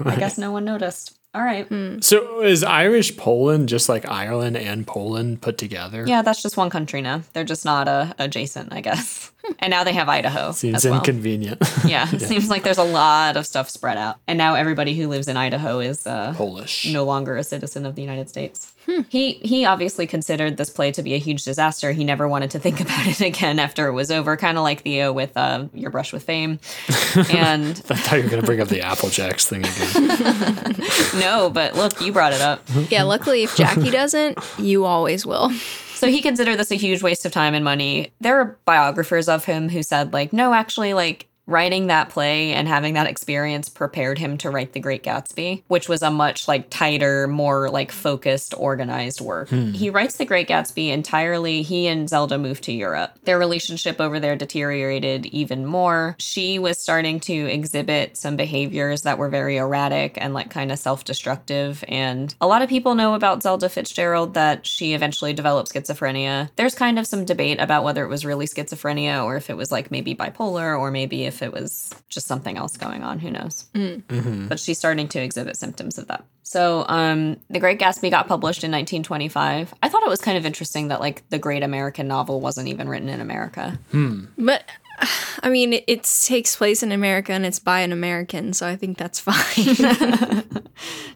Speaker 3: I guess no one noticed. All right.
Speaker 2: So is Irish Poland just like Ireland and Poland put together?
Speaker 3: Yeah, that's just one country now. They're just not uh, adjacent, I guess. And now they have Idaho.
Speaker 2: Seems
Speaker 3: as well.
Speaker 2: inconvenient.
Speaker 3: yeah, it seems like there's a lot of stuff spread out. And now everybody who lives in Idaho is uh,
Speaker 2: Polish.
Speaker 3: no longer a citizen of the United States. He he obviously considered this play to be a huge disaster. He never wanted to think about it again after it was over, kind of like Theo with uh, Your Brush with Fame. And
Speaker 2: I thought you were going to bring up the Apple Jacks thing again.
Speaker 3: no, but look, you brought it up.
Speaker 1: yeah, luckily if Jackie doesn't, you always will.
Speaker 3: So he considered this a huge waste of time and money. There are biographers of him who said like, no, actually like writing that play and having that experience prepared him to write The Great Gatsby, which was a much like tighter, more like focused, organized work. He writes The Great Gatsby entirely. He and Zelda moved to Europe. Their relationship over there deteriorated even more. She was starting to exhibit some behaviors that were very erratic and like kind of self-destructive and a lot of people know about Zelda Fitzgerald that she eventually developed schizophrenia. There's kind of some debate about whether it was really schizophrenia or if it was like maybe bipolar or maybe if it was just something else going on, who knows but she's starting to exhibit symptoms of that. So, um, The Great Gatsby got published in 1925. I thought it was kind of interesting that like the great American novel wasn't even written in America.
Speaker 1: But I mean, it, it takes place in America and it's by an American, so I think that's fine.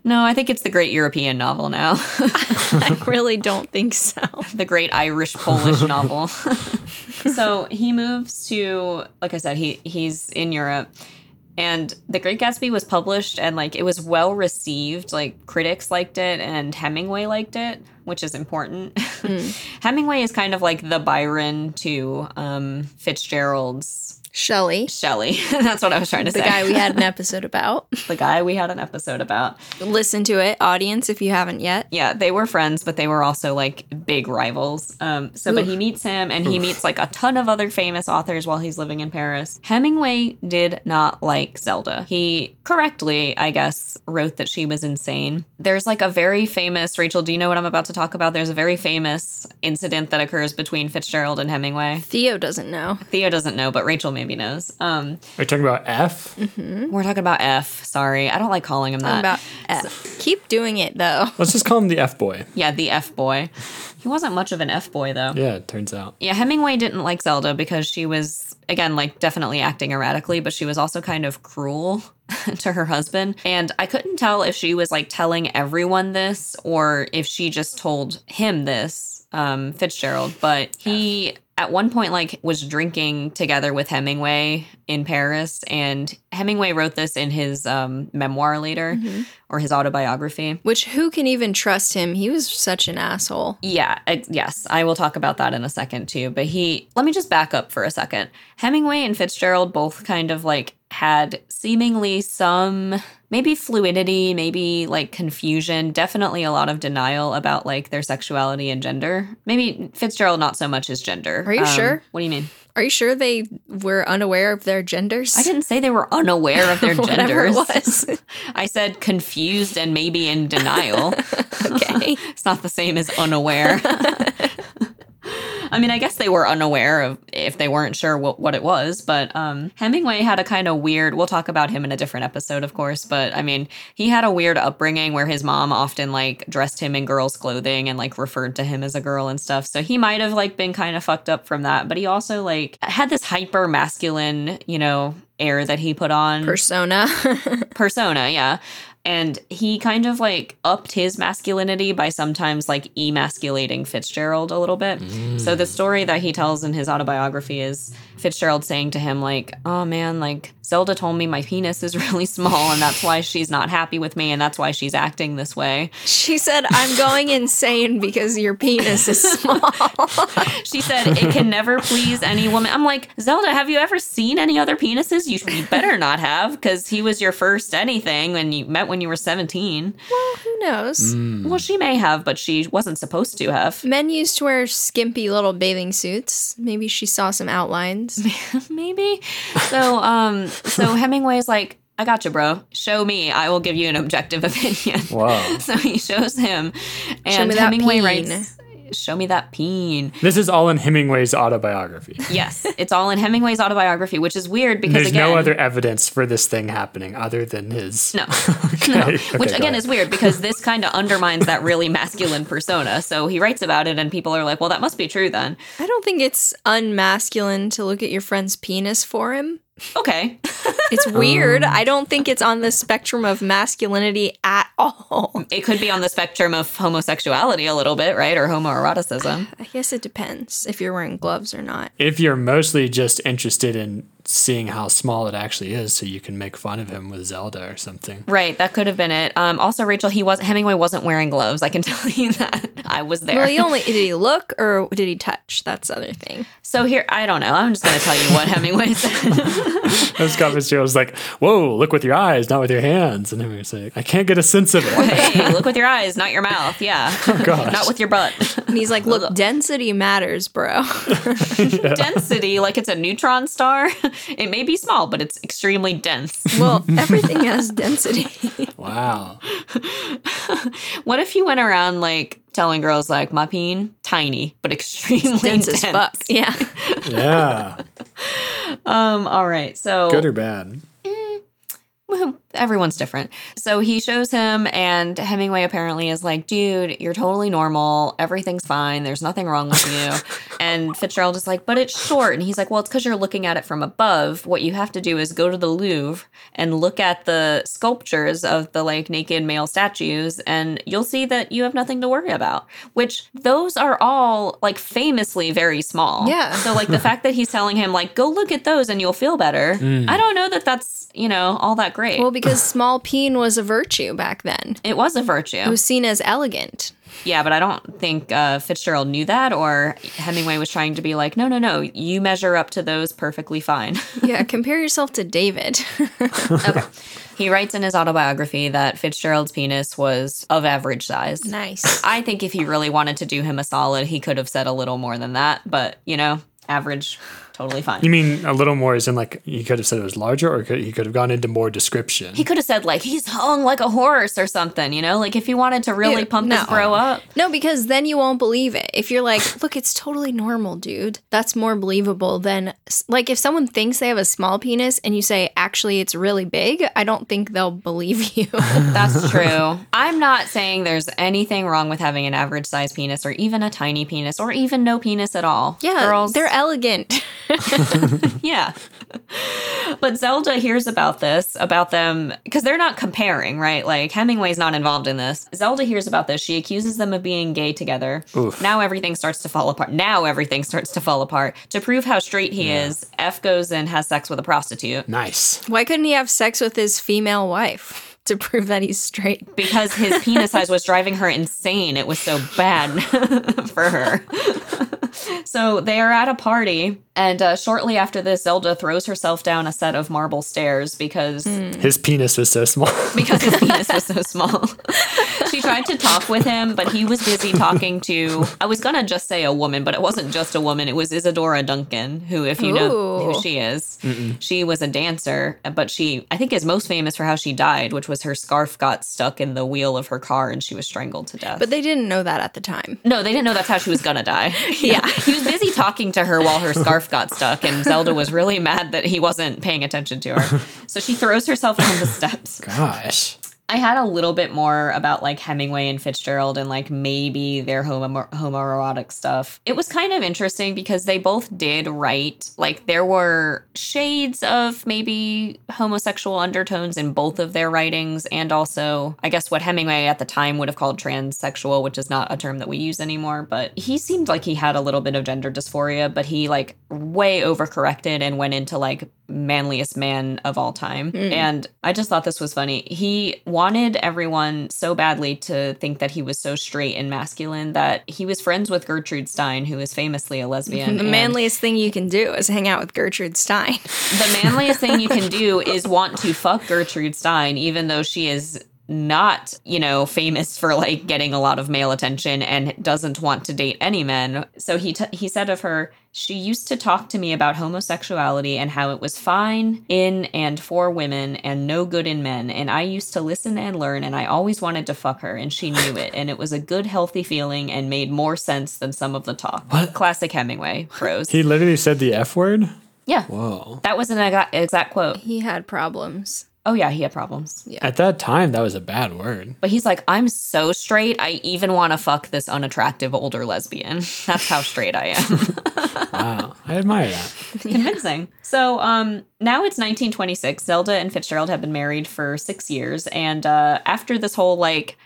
Speaker 3: No, I think it's the great European novel now,
Speaker 1: I really don't think so.
Speaker 3: the great Irish Polish novel. so he moves to, like I said, he he's in Europe. And The Great Gatsby was published and like it was well received. Like critics liked it and Hemingway liked it, which is important.
Speaker 1: Hmm.
Speaker 3: Hemingway is kind of like the Byron to um, Fitzgerald's
Speaker 1: Shelley,
Speaker 3: Shelley. That's what I was trying to
Speaker 1: the
Speaker 3: say.
Speaker 1: guy we had an episode about.
Speaker 3: the guy we had an episode about.
Speaker 1: Listen to it, audience, if you haven't yet.
Speaker 3: Yeah, they were friends, but they were also like big rivals. Um, so, but he meets him and he meets like a ton of other famous authors while he's living in Paris. Hemingway did not like Zelda. He correctly, I guess, wrote that she was insane. There's like a very famous, Rachel, do you know what I'm about to talk about? There's a very famous incident that occurs between Fitzgerald and Hemingway.
Speaker 1: Theo doesn't know.
Speaker 3: Theo doesn't know, but Rachel maybe knows. Um,
Speaker 2: Are you talking about F?
Speaker 3: we're talking about F. Sorry, I don't like calling him that.
Speaker 1: About F. Keep doing it though.
Speaker 2: Let's just call him the F boy.
Speaker 3: Yeah, the F boy. He wasn't much of an F boy though.
Speaker 2: Yeah, it turns out.
Speaker 3: Yeah, Hemingway didn't like Zelda because she was again like definitely acting erratically, but she was also kind of cruel to her husband. And I couldn't tell if she was like telling everyone this or if she just told him this, um Fitzgerald, but he at one point like was drinking together with Hemingway in Paris and Hemingway wrote this in his um memoir later or his autobiography.
Speaker 1: Which who can even trust him? He was such an asshole.
Speaker 3: Yeah, ex- yes, I will talk about that in a second too. But he, let me just back up for a second. Hemingway and Fitzgerald both kind of like had seemingly some maybe fluidity, maybe like confusion, definitely a lot of denial about like their sexuality and gender. Maybe Fitzgerald, not so much his gender. Um,
Speaker 1: Are you sure?
Speaker 3: What do you mean?
Speaker 1: Are you sure they were unaware of their genders?
Speaker 3: I didn't say they were unaware of their
Speaker 1: Whatever it
Speaker 3: genders.
Speaker 1: was.
Speaker 3: I said confused and maybe in denial.
Speaker 1: okay.
Speaker 3: it's not the same as unaware. I mean, I guess they were unaware of if they weren't sure what, what it was, but um, Hemingway had a kind of weird. We'll talk about him in a different episode, of course, but I mean, he had a weird upbringing where his mom often like dressed him in girls' clothing and like referred to him as a girl and stuff. So he might have like been kind of fucked up from that, but he also like had this hyper masculine, you know, air that he put on
Speaker 1: Persona.
Speaker 3: persona, yeah. And he kind of like upped his masculinity by sometimes like emasculating Fitzgerald a little bit. So the story that he tells in his autobiography is Fitzgerald saying to him like, "Oh man, like Zelda told me my penis is really small and that's why she's not happy with me and that's why she's acting this way."
Speaker 1: she said, I'm going insane because your penis is small.
Speaker 3: She said, "It can never please any woman." I'm like, "Zelda, have you ever seen any other penises? You, you better not have cuz he was your first anything when you met when you were 17."
Speaker 1: Who knows?
Speaker 3: Well, she may have, but she wasn't supposed to have.
Speaker 1: Men used to wear skimpy little bathing suits. Maybe she saw some outlines.
Speaker 3: Maybe. So, um, so Hemingway's like, I got you, bro. Show me. I will give you an objective opinion.
Speaker 2: Wow.
Speaker 3: So he shows him, and
Speaker 1: me that
Speaker 3: Hemingway
Speaker 1: peen.
Speaker 3: writes, "Show me that peen."
Speaker 2: This is all in Hemingway's autobiography.
Speaker 3: Yes, it's all in Hemingway's autobiography, which is weird because
Speaker 2: There's
Speaker 3: again,
Speaker 2: no other evidence for this thing happening other than his.
Speaker 3: No.
Speaker 2: okay.
Speaker 3: No.
Speaker 2: okay,
Speaker 3: Which
Speaker 2: go
Speaker 3: again
Speaker 2: ahead.
Speaker 3: is weird because this kind of undermines that really masculine persona. So he writes about it, and people are like, "Well, that must be true then."
Speaker 1: I don't think it's unmasculine to look at your friend's penis for him.
Speaker 3: Okay,
Speaker 1: It's weird. I don't think it's on the spectrum of masculinity at all.
Speaker 3: it could be on the spectrum of homosexuality a little bit, right, or homoeroticism.
Speaker 1: I guess it depends if you're wearing gloves or not.
Speaker 2: If you're mostly just interested in seeing how small it actually is, so you can make fun of him with Zelda or something.
Speaker 3: Right, that could have been it. Um, also, Rachel, he was Hemingway wasn't wearing gloves. I can tell you that. I was there.
Speaker 1: Well, he only did he look or did he touch? That's the other thing.
Speaker 3: so here, I don't know. I'm just going to tell you what Hemingway said.
Speaker 2: Those comments here was like, "Whoa, look with your eyes, not with your hands," and Hemingway's like, "I can't get a sense of it."
Speaker 3: hey, look with your eyes, not your mouth. Yeah,
Speaker 2: Oh, gosh.
Speaker 3: not with your butt.
Speaker 1: And he's like, "Look, density matters, bro."
Speaker 3: Density, like it's a neutron star. It may be small, but it's extremely dense.
Speaker 1: well, everything has density.
Speaker 2: Wow.
Speaker 3: What if you went around like telling girls like my peen tiny but extremely dense?
Speaker 1: Dense as fuck. Yeah.
Speaker 2: Yeah.
Speaker 3: Um. All right. So
Speaker 2: Good or bad?
Speaker 3: Well, everyone's different. So he shows him, and Hemingway apparently is like, dude, you're totally normal. Everything's fine. There's nothing wrong with you. and Fitzgerald is like, but it's short. And he's like, well, it's because you're looking at it from above. What you have to do is go to the Louvre and look at the sculptures of the like naked male statues, and you'll see that you have nothing to worry about, which those are all like famously very small.
Speaker 1: Yeah.
Speaker 3: So, like, the fact that he's telling him, like, go look at those and you'll feel better, I don't know that that's, you know, all that great.
Speaker 1: Well, because small peen was a virtue back then.
Speaker 3: It was a virtue.
Speaker 1: It was seen as elegant.
Speaker 3: Yeah, but I don't think uh, Fitzgerald knew that, or Hemingway was trying to be like, no, no, no, you measure up to those perfectly fine.
Speaker 1: yeah, compare yourself to David.
Speaker 3: okay. He writes in his autobiography that Fitzgerald's penis was of average size.
Speaker 1: nice.
Speaker 3: I think if he really wanted to do him a solid, he could have said a little more than that, but you know, average, totally fine.
Speaker 2: You mean a little more is in like he could have said it was larger, or could, he could have gone into more description.
Speaker 3: he could have said like he's hung like a horse or something, you know, like if he wanted to really
Speaker 1: Ew,
Speaker 3: pump
Speaker 1: no.
Speaker 3: this bro up.
Speaker 1: No, because then you won't believe it. If you're like, look, it's totally normal, dude, that's more believable than, like, if someone thinks they have a small penis and you say, actually, it's really big, I don't think they'll believe you.
Speaker 3: That's true. I'm not saying there's anything wrong with having an average size penis or even a tiny penis or even no penis at all.
Speaker 1: yeah,
Speaker 3: girls,
Speaker 1: they're elegant.
Speaker 3: yeah. But Zelda hears about this, about them, because they're not comparing, right? Like Hemingway's not involved in this. Zelda hears about this. She accuses them of being gay together.
Speaker 2: Oof.
Speaker 3: Now everything starts to fall apart. Now everything starts to fall apart. To prove how straight he is, F goes and has sex with a prostitute
Speaker 2: nice.
Speaker 1: Why couldn't he have sex with his female wife to prove that he's straight?
Speaker 3: because his penis size was driving her insane. It was so bad for her. so they are at a party, and uh, shortly after this, Zelda throws herself down a set of marble stairs because
Speaker 2: His penis was so small.
Speaker 3: because his penis was so small. she tried to talk with him, but he was busy talking to. I was gonna just say a woman, but it wasn't just a woman. It was Isadora Duncan, who, if you know who
Speaker 1: Ooh.
Speaker 3: she is, she was a dancer, but she, I think, is most famous for how she died, which was her scarf got stuck in the wheel of her car and she was strangled to death.
Speaker 1: But they didn't know that at the time.
Speaker 3: No, they didn't know that's how she was gonna die.
Speaker 1: Yeah.
Speaker 3: he was busy talking to her while her scarf got stuck, and Zelda was really mad that he wasn't paying attention to her. So she throws herself down the steps.
Speaker 2: Gosh.
Speaker 3: I had a little bit more about like Hemingway and Fitzgerald and like maybe their homo- homoerotic stuff. It was kind of interesting because they both did write like there were shades of maybe homosexual undertones in both of their writings and also I guess what Hemingway at the time would have called transsexual, which is not a term that we use anymore, but he seemed like he had a little bit of gender dysphoria, but he like way overcorrected and went into like manliest man of all time. And I just thought this was funny. He wanted everyone so badly to think that he was so straight and masculine that he was friends with Gertrude Stein, who is famously a lesbian.
Speaker 1: The
Speaker 3: and-
Speaker 1: manliest thing you can do is hang out with Gertrude Stein.
Speaker 3: the manliest thing you can do is want to fuck Gertrude Stein, even though she is not, you know, famous for like getting a lot of male attention and doesn't want to date any men. So he t- he said of her, she used to talk to me about homosexuality and how it was fine in and for women and no good in men, and I used to listen and learn and I always wanted to fuck her and she knew it and it was a good healthy feeling and made more sense than some of the talk.
Speaker 2: What?
Speaker 3: Classic Hemingway prose.
Speaker 2: He literally said the F word?
Speaker 3: yeah.
Speaker 2: Whoa.
Speaker 3: That was an exa- exact quote.
Speaker 1: He had problems.
Speaker 3: Oh yeah, he had problems.
Speaker 2: At that time, that was a bad word.
Speaker 3: But he's like, I'm so straight. I even want to fuck this unattractive older lesbian. That's how straight I am.
Speaker 2: Wow. I admire that.
Speaker 3: Convincing. So um, now it's 1926. Zelda and Fitzgerald have been married for six years, and uh, after this whole like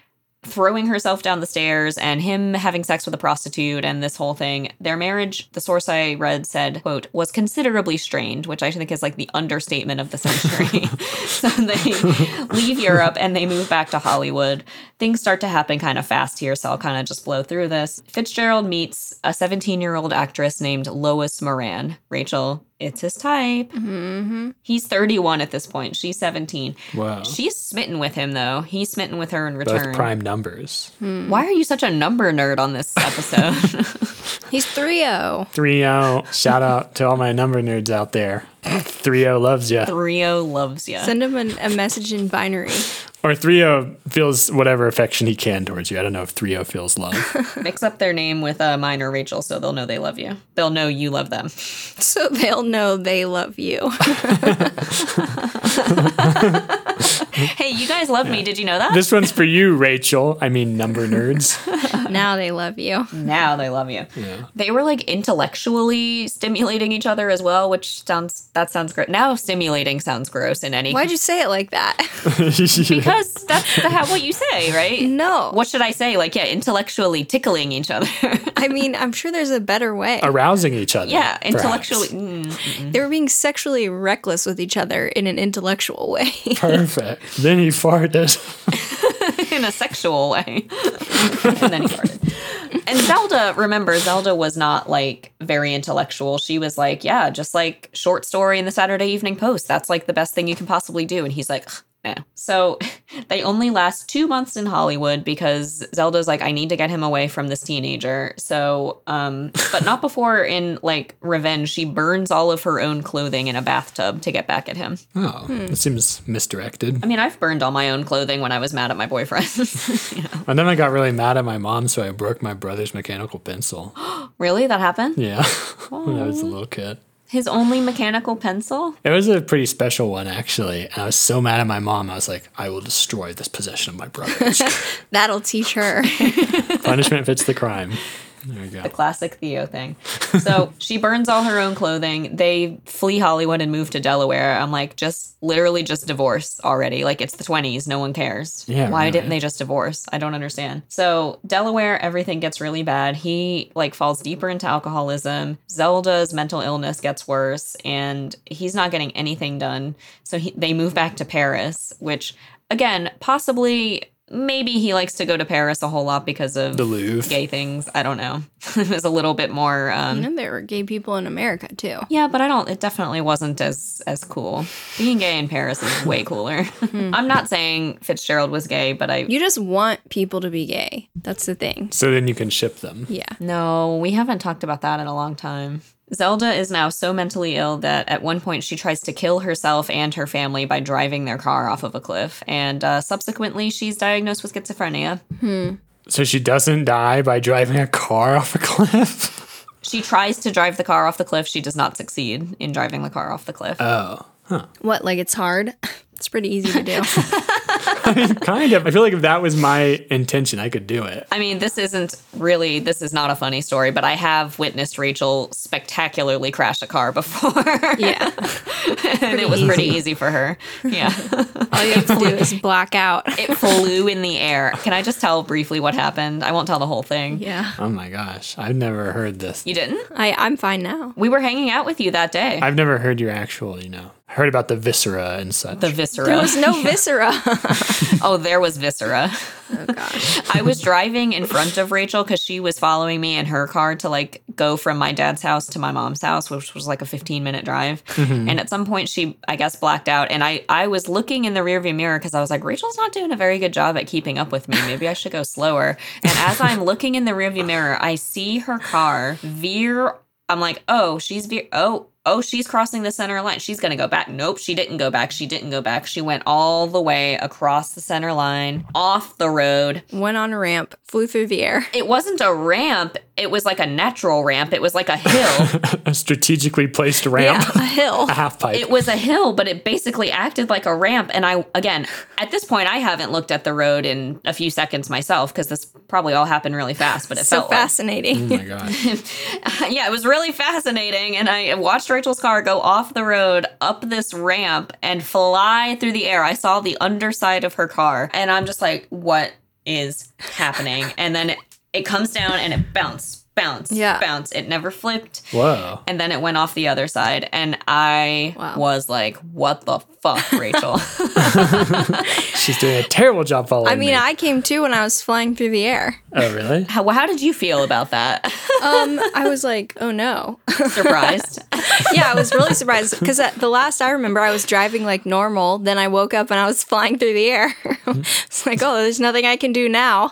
Speaker 3: throwing herself down the stairs and him having sex with a prostitute and this whole thing their marriage the source i read said quote was considerably strained which i think is like the understatement of the century so they leave europe and they move back to hollywood things start to happen kind of fast here so i'll kind of just blow through this fitzgerald meets a 17 year old actress named lois moran rachel it's his type
Speaker 1: hmm
Speaker 3: he's 31 at this point she's 17
Speaker 2: Wow.
Speaker 3: She's smitten with him though. He's smitten with her in return.
Speaker 2: Both prime numbers.
Speaker 3: Why are you such a number nerd on this episode?
Speaker 1: He's oh. 3 0.
Speaker 2: 3 0. oh. Shout out to all my number nerds out there. 3 0 loves you.
Speaker 3: Rio loves you.
Speaker 1: Send him an, a message in binary.
Speaker 2: Or 3 0 feels whatever affection he can towards you. I don't know if 3 0 feels love.
Speaker 3: Mix up their name with uh, mine or Rachel so they'll know they love you. They'll know you love them.
Speaker 1: So they'll know they love you.
Speaker 3: Hey, you guys love me. Did you know that?
Speaker 2: this one's for you, Rachel. I mean, number nerds.
Speaker 1: now they love you.
Speaker 3: now they love you. They were like intellectually stimulating each other as well, which sounds that sounds great. Now stimulating sounds gross in any
Speaker 1: Why'd you say it like that?
Speaker 3: because that's the, how what you say, right?
Speaker 1: No.
Speaker 3: What should I say? Like, yeah, intellectually tickling each other.
Speaker 1: I mean, I'm sure there's a better way.
Speaker 2: Arousing each other.
Speaker 3: yeah,
Speaker 2: perhaps.
Speaker 3: intellectually. mm.
Speaker 1: They were being sexually reckless with each other in an intellectual way.
Speaker 2: Perfect. then he farted.
Speaker 3: in a sexual way. and then he farted. And Zelda, remember, Zelda was not like very intellectual. She was like, yeah, just like short story in the Saturday Evening Post. That's like the best thing you can possibly do. And he's like, no. So they only last two months in Hollywood because Zelda's like, I need to get him away from this teenager. So, um, but not before in like revenge, she burns all of her own clothing in a bathtub to get back at him.
Speaker 2: Oh,
Speaker 3: Hmm.
Speaker 2: it seems misdirected.
Speaker 3: I mean, I've burned all my own clothing when I was mad at my boyfriend. You know.
Speaker 2: And then I got really mad at my mom, so I broke my brother's mechanical pencil.
Speaker 3: Really? That happened?
Speaker 2: Yeah, when I was a little kid.
Speaker 3: His only mechanical pencil?
Speaker 2: It was a pretty special one, actually. And I was so mad at my mom. I was like, I will destroy this possession of my brother.
Speaker 1: That'll teach her.
Speaker 2: Punishment fits the crime. There we go.
Speaker 3: Classic Theo thing. So she burns all her own clothing. They flee Hollywood and move to Delaware. I'm like, just literally just divorce already. Like it's the 20s. No one cares.
Speaker 2: Yeah,
Speaker 3: Why
Speaker 2: right.
Speaker 3: didn't they just divorce? I don't understand. So Delaware, everything gets really bad. He like falls deeper into alcoholism. Zelda's mental illness gets worse and he's not getting anything done. So he, they move back to Paris, which again, possibly. Maybe he likes to go to Paris a whole lot because of
Speaker 2: The Louvre.
Speaker 3: gay things. I don't know. it was a little bit more. Um,
Speaker 1: And there were gay people in America too.
Speaker 3: Yeah, but I don't. It definitely wasn't as as cool. Being gay in Paris is way cooler. I'm not saying Fitzgerald was gay, but I.
Speaker 1: You just want people to be gay. That's the thing.
Speaker 2: So then you can ship them.
Speaker 1: Yeah.
Speaker 3: no, we haven't talked about that in a long time. Zelda is now so mentally ill that at one point she tries to kill herself and her family by driving their car off of a cliff, and uh, subsequently she's diagnosed with schizophrenia.
Speaker 2: So she doesn't die by driving a car off a cliff.
Speaker 3: She tries to drive the car off the cliff. She does not succeed in driving the car off the cliff.
Speaker 1: What, like it's hard? It's pretty easy to do.
Speaker 2: kind of. I feel like if that was my intention, I could do it.
Speaker 3: I mean, this isn't really, this is not a funny story, but I have witnessed Rachel spectacularly crash a car before.
Speaker 1: yeah.
Speaker 3: and it was pretty easy for her. Yeah.
Speaker 1: All you have to do is black out.
Speaker 3: it flew in the air. Can I just tell briefly what happened? I won't tell the whole thing.
Speaker 1: Yeah.
Speaker 2: Oh my gosh. I've never heard this.
Speaker 3: You didn't?
Speaker 1: I, I'm fine now.
Speaker 3: We were hanging out with you that day.
Speaker 2: I've never heard your actual, you know. I heard about the viscera and such.
Speaker 3: the viscera.
Speaker 1: There was no viscera.
Speaker 3: oh, there was viscera.
Speaker 1: oh, gosh.
Speaker 3: I was driving in front of Rachel because she was following me in her car to like go from my dad's house to my mom's house, which was like a 15 minute drive. And at some point, she, I guess, blacked out. And I, I was looking in the rearview mirror because I was like, Rachel's not doing a very good job at keeping up with me. Maybe I should go slower. And as I'm looking in the rearview mirror, I see her car veer. I'm like, oh, she's veer. Oh, oh, she's crossing the center line. She's going to go back. Nope, she didn't go back. She didn't go back. She went all the way across the center line, off the road
Speaker 1: Went on a ramp, flew through the air.
Speaker 3: it wasn't a ramp. It was like a natural ramp. It was like a hill.
Speaker 2: a strategically placed ramp.
Speaker 1: Yeah, a hill.
Speaker 2: A half pipe. Oh
Speaker 3: it was a hill, but it basically acted like a ramp. And I, again, at this point, I haven't looked at the road in a few seconds myself because this probably all happened really fast. But it
Speaker 1: So
Speaker 3: felt like-
Speaker 1: fascinating.
Speaker 2: oh my gosh.
Speaker 3: yeah, it was really fascinating. And I watched Rachel's car go off the road, up this ramp, and fly through the air. I saw the underside of her car, and I'm just like, what is happening? And then it, it comes down and it bounced, bounced,
Speaker 1: Yeah.
Speaker 3: bounced. It never flipped.
Speaker 2: Whoa.
Speaker 3: And then it went off the other side. And I
Speaker 1: Wow.
Speaker 3: was like, what the fuck, Rachel?
Speaker 2: She's doing a terrible job following
Speaker 1: I mean,
Speaker 2: me.
Speaker 1: I came to when I was flying through the air.
Speaker 2: oh, really?
Speaker 3: how, how did you feel about that?
Speaker 1: Um, I was like, oh no.
Speaker 3: Surprised?
Speaker 1: yeah, I was really surprised because the last I remember, I was driving like normal. Then I woke up and I was flying through the air. it's like, oh, there's nothing I can do now.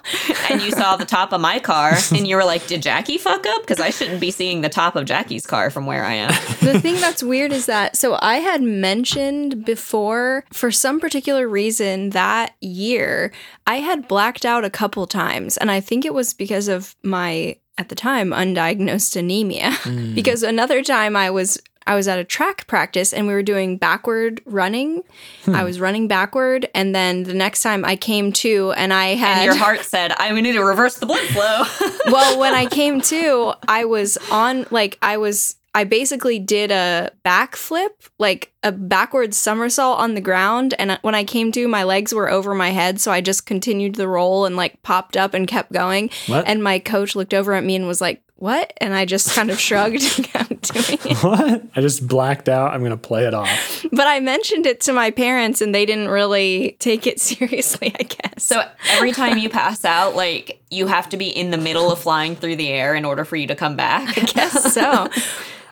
Speaker 3: and you saw the top of my car and you were like, did Jackie fuck up? Because I shouldn't be seeing the top of Jackie's car from where I am.
Speaker 1: the thing that's weird is that so I had mentioned before for some particular reason that year I had blacked out a couple times and I think it was because of my at the time undiagnosed anemia because another time I was I was at a track practice and we were doing backward running. I was running backward and then the next time I came to and I had
Speaker 3: And your heart said, I need to reverse the blood flow.
Speaker 1: well, when I came to, I was on like I was I basically did a backflip, like a backwards somersault on the ground and when I came to, my legs were over my head, so I just continued the roll and like popped up and kept going.
Speaker 2: What?
Speaker 1: And my coach looked over at me and was like, what? And I just kind of shrugged and kept doing it.
Speaker 2: What? I just blacked out. I'm gonna play it off.
Speaker 1: But I mentioned it to my parents and they didn't really take it seriously, I guess.
Speaker 3: So every time you pass out, like you have to be in the middle of flying through the air in order for you to come back.
Speaker 1: I guess so.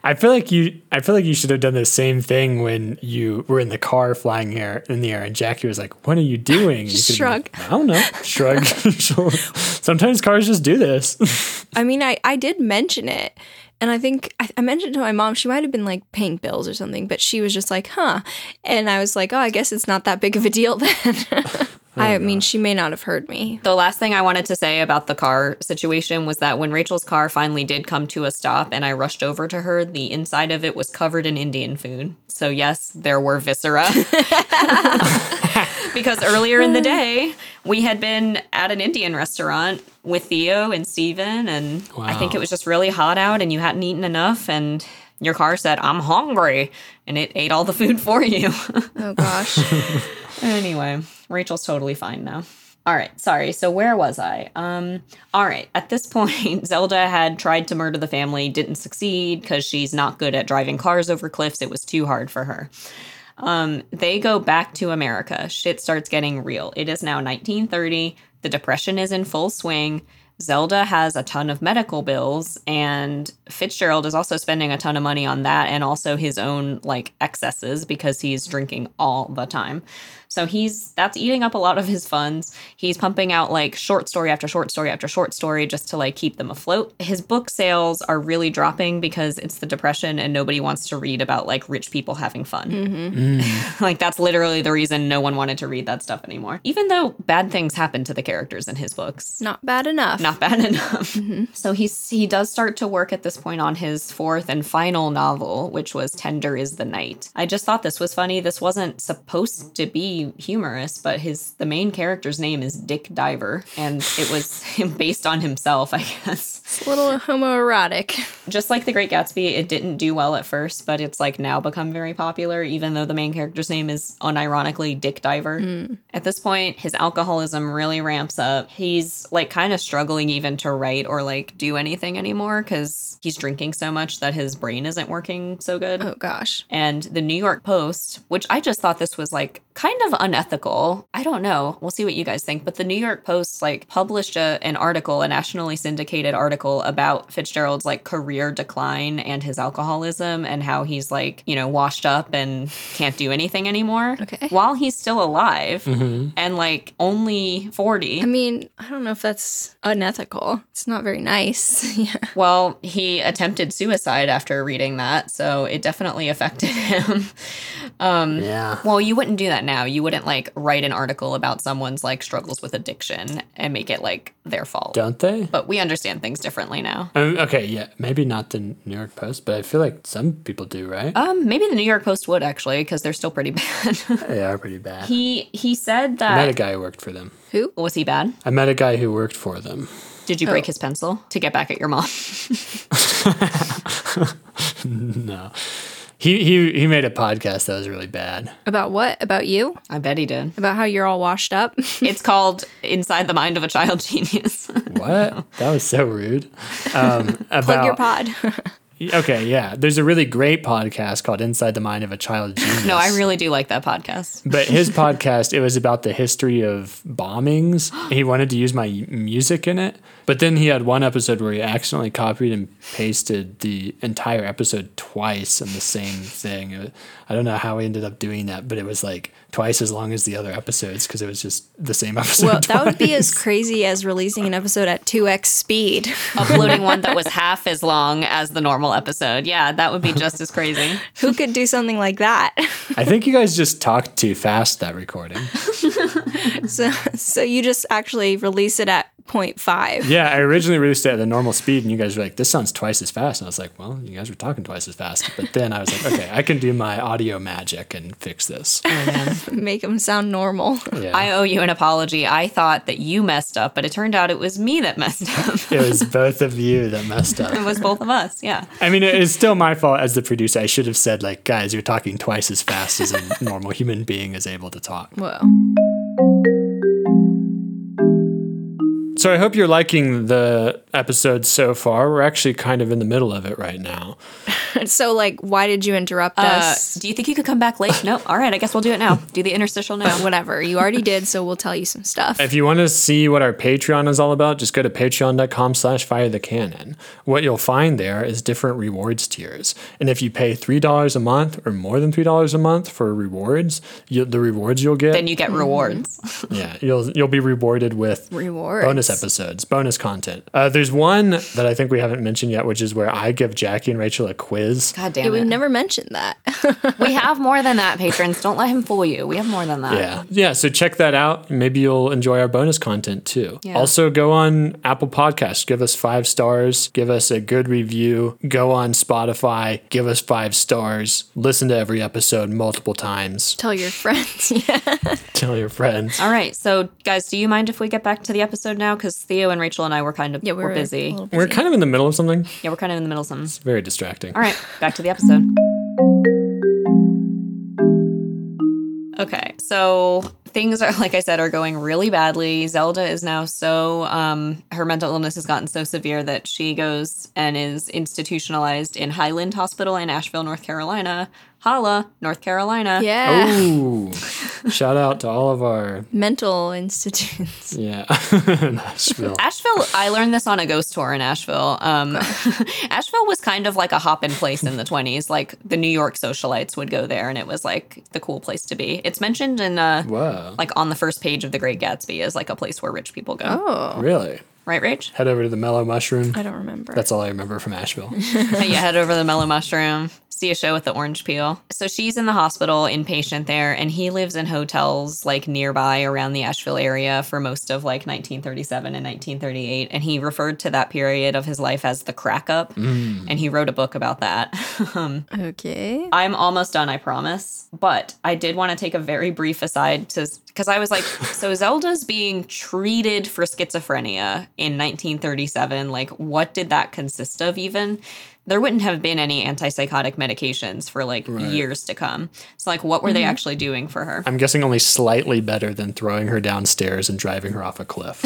Speaker 2: I feel like you. I feel like you should have done the same thing when you were in the car flying air in the air, and Jackie was like, "What are you doing?" You
Speaker 1: Just
Speaker 2: could have been
Speaker 1: shrug.
Speaker 2: like, I don't know. Shrug. Sometimes cars just do this.
Speaker 1: I mean, I, I did mention it. And I think I, I mentioned to my mom, she might have been like paying bills or something, but she was just like, huh. And I was like, oh, I guess it's not that big of a deal then. I mean, she may not have heard me.
Speaker 3: The last thing I wanted to say about the car situation was that when Rachel's car finally did come to a stop and I rushed over to her, the inside of it was covered in Indian food. So, yes, there were viscera. because earlier in the day, we had been at an Indian restaurant with Theo and Steven, and I think
Speaker 2: Wow.
Speaker 3: it was just really hot out and you hadn't eaten enough, and your car said, I'm hungry, and it ate all the food for you.
Speaker 1: Oh, gosh.
Speaker 3: Anyway, Rachel's totally fine now. All right, sorry. So where was I? Um all right, at this point Zelda had tried to murder the family, didn't succeed cuz she's not good at driving cars over cliffs. It was too hard for her. Um they go back to America. Shit starts getting real. It is now 1930. The depression is in full swing. Zelda has a ton of medical bills and Fitzgerald is also spending a ton of money on that and also his own like excesses because he's drinking all the time. So he's that's eating up a lot of his funds. He's pumping out like short story after short story after short story just to like keep them afloat. His book sales are really dropping because it's the depression and nobody wants to read about like rich people having fun. like that's literally the reason no one wanted to read that stuff anymore. Even though bad things happen to the characters in his books
Speaker 1: Not bad enough.
Speaker 3: not bad enough. Mm-hmm. So he's he does start to work at this point on his fourth and final novel, which was Tender is the Night. I just thought this was funny. This wasn't supposed to be humorous, but his the main character's name is Dick Diver, and it was him based on himself, I guess
Speaker 1: It's a little homoerotic.
Speaker 3: just like The Great Gatsby, it didn't do well at first, but it's like now become very popular, even though the main character's name is unironically Dick Diver. At this point, his alcoholism really ramps up. He's like kind of struggling even to write or like do anything anymore because he's drinking so much that his brain isn't working so good
Speaker 1: Oh, gosh.
Speaker 3: and the New York Post, which I just thought this was like kind of unethical. I don't know. We'll see what you guys think. But the New York Post like published a, an article, a nationally syndicated article about Fitzgerald's like career decline and his alcoholism and how he's like, you know, washed up and can't do anything anymore
Speaker 1: Okay.
Speaker 3: while he's still alive and like only 40.
Speaker 1: I mean, I don't know if that's unethical. It's not very nice. yeah.
Speaker 3: Well, he attempted suicide after reading that, so it definitely affected him. Um,
Speaker 2: yeah.
Speaker 3: Well, you wouldn't do that now. You wouldn't like write an article about someone's like struggles with addiction and make it like their fault.
Speaker 2: Don't they?
Speaker 3: But we understand things differently now.
Speaker 2: Um, okay. Yeah. Maybe not the New York Post, but I feel like some people do, right?
Speaker 3: Um, maybe the New York Post would actually, because they're still pretty bad.
Speaker 2: they are pretty bad.
Speaker 3: he he said
Speaker 2: I met a
Speaker 3: that
Speaker 2: guy who worked for them.
Speaker 1: Who?
Speaker 3: was he bad?
Speaker 2: I met a guy who worked for them.
Speaker 3: Did you break his pencil to get back at your mom?
Speaker 2: No. He, he he made a podcast that was really bad.
Speaker 1: About what? About you?
Speaker 3: I bet he did.
Speaker 1: About how you're all washed up?
Speaker 3: It's called Inside the Mind of a Child Genius.
Speaker 2: What? that was so rude. Um, about
Speaker 1: Plug your pod.
Speaker 2: Okay, yeah. There's a really great podcast called Inside the Mind of a Child Genius.
Speaker 3: no, I really do like that podcast.
Speaker 2: But his podcast, it was about the history of bombings. He wanted to use my music in it. But then he had one episode where he accidentally copied and pasted the entire episode twice on the same thing. It- I don't know how he ended up doing that, but it was like twice as long as the other episodes because it was just the same episode.
Speaker 1: well, that would be
Speaker 2: twice.
Speaker 1: as crazy as releasing an episode at 2x speed.
Speaker 3: Uploading one that was half as long as the normal episode. Yeah, that would be just as crazy.
Speaker 1: Who could do something like that?
Speaker 2: I think you guys just talked too fast that recording.
Speaker 1: So, so you just actually release it at 0.5.
Speaker 2: Yeah, I originally released it at the normal speed, and you guys were like, "This sounds twice as fast." And I was like, "Well, you guys were talking twice as fast." But then I was like, "Okay, I can do my audio magic and fix this."
Speaker 1: Make them sound normal.
Speaker 2: Yeah,
Speaker 3: I owe you an apology. I thought that you messed up, but it turned out it was me that messed up.
Speaker 2: it was both of you that messed
Speaker 3: it
Speaker 2: up.
Speaker 3: was both of us. Yeah.
Speaker 2: I mean, it is still my fault as the producer. I should have said, like, guys, you're talking twice as fast as a normal human being is able to talk.
Speaker 1: Whoa.
Speaker 2: So I hope you're liking the episodes so far. We're actually kind of in the middle of it right now.
Speaker 1: so, like, why did you interrupt
Speaker 3: Uh,
Speaker 1: us?
Speaker 3: do you think you could come back late? no. All right. I guess we'll do it now. Do the interstitial now.
Speaker 1: Whatever. You already did, so we'll tell you some stuff.
Speaker 2: If you want to see what our Patreon is all about, just go to patreon.com slash fire the cannon. What you'll find there is different rewards tiers. And if you pay $3 a month or more than $3 a month for rewards, you, the rewards you'll get,
Speaker 3: Then you get rewards.
Speaker 2: yeah, you'll, you'll be rewarded with
Speaker 1: Rewards.
Speaker 2: bonus episodes, bonus content. Uh, there's one that I think we haven't mentioned yet, which is where I give Jackie and Rachel a quiz.
Speaker 3: God
Speaker 1: Yeah,
Speaker 3: damn
Speaker 1: We've
Speaker 3: it.
Speaker 1: never mentioned that.
Speaker 3: we have more than that, patrons. Don't let him fool you. We have more than that.
Speaker 2: Yeah. Yeah. So check that out. Maybe you'll enjoy our bonus content too.
Speaker 3: Yeah.
Speaker 2: Also, go on Apple Podcasts, give us five stars, give us a good review. Go on Spotify, give us five stars. Listen to every episode multiple times.
Speaker 1: tell your friends. yeah.
Speaker 2: Tell your friends.
Speaker 3: All right. So, guys, do you mind if we get back to the episode now? Because Theo and Rachel and I were kind of
Speaker 1: Yeah,
Speaker 3: we're,
Speaker 1: we're,
Speaker 3: busy.
Speaker 2: We're kind of in the middle of something. It's
Speaker 3: Yeah, we're kind of in the middle of something.
Speaker 2: very distracting.
Speaker 3: All right. Back to the episode. Okay. So things are, like I said, are going really badly. Zelda is now so, um, her mental illness has gotten so severe that she goes and is institutionalized in Highland Hospital in Asheville, North Carolina. Holla, North Carolina.
Speaker 1: Yeah.
Speaker 2: Oh. Ooh. Shout out to all of our
Speaker 1: Mental institutes.
Speaker 2: yeah. Nashville.
Speaker 3: Asheville, I learned this on a ghost tour in Asheville. Um, Asheville was kind of like a hop in place in the 20s. Like the New York socialites would go there and it was like the cool place to be. It's mentioned in, uh,
Speaker 2: Whoa.
Speaker 3: like, on the first page of The Great Gatsby as like a place where rich people go.
Speaker 1: Oh,
Speaker 2: Really?
Speaker 3: Right, Rach?
Speaker 2: Head over to the Mellow Mushroom.
Speaker 1: I don't remember.
Speaker 2: That's all I remember from Asheville.
Speaker 3: you head over to the Mellow Mushroom, see a show with the orange peel. So she's in the hospital, inpatient there, and he lives in hotels like nearby around the Asheville area for most of like 1937 and 1938. And he referred to that period of his life as the crack up, and he wrote a book about that. um,
Speaker 1: okay.
Speaker 3: I'm almost done, I promise. But I did want to take a very brief aside to because I was like, so Zelda's being treated for schizophrenia in 1937. Like, what did that consist of even? There wouldn't have been any antipsychotic medications for like years to come. So, like, what were they actually doing for her?
Speaker 2: I'm guessing only slightly better than throwing her downstairs and driving her off a cliff.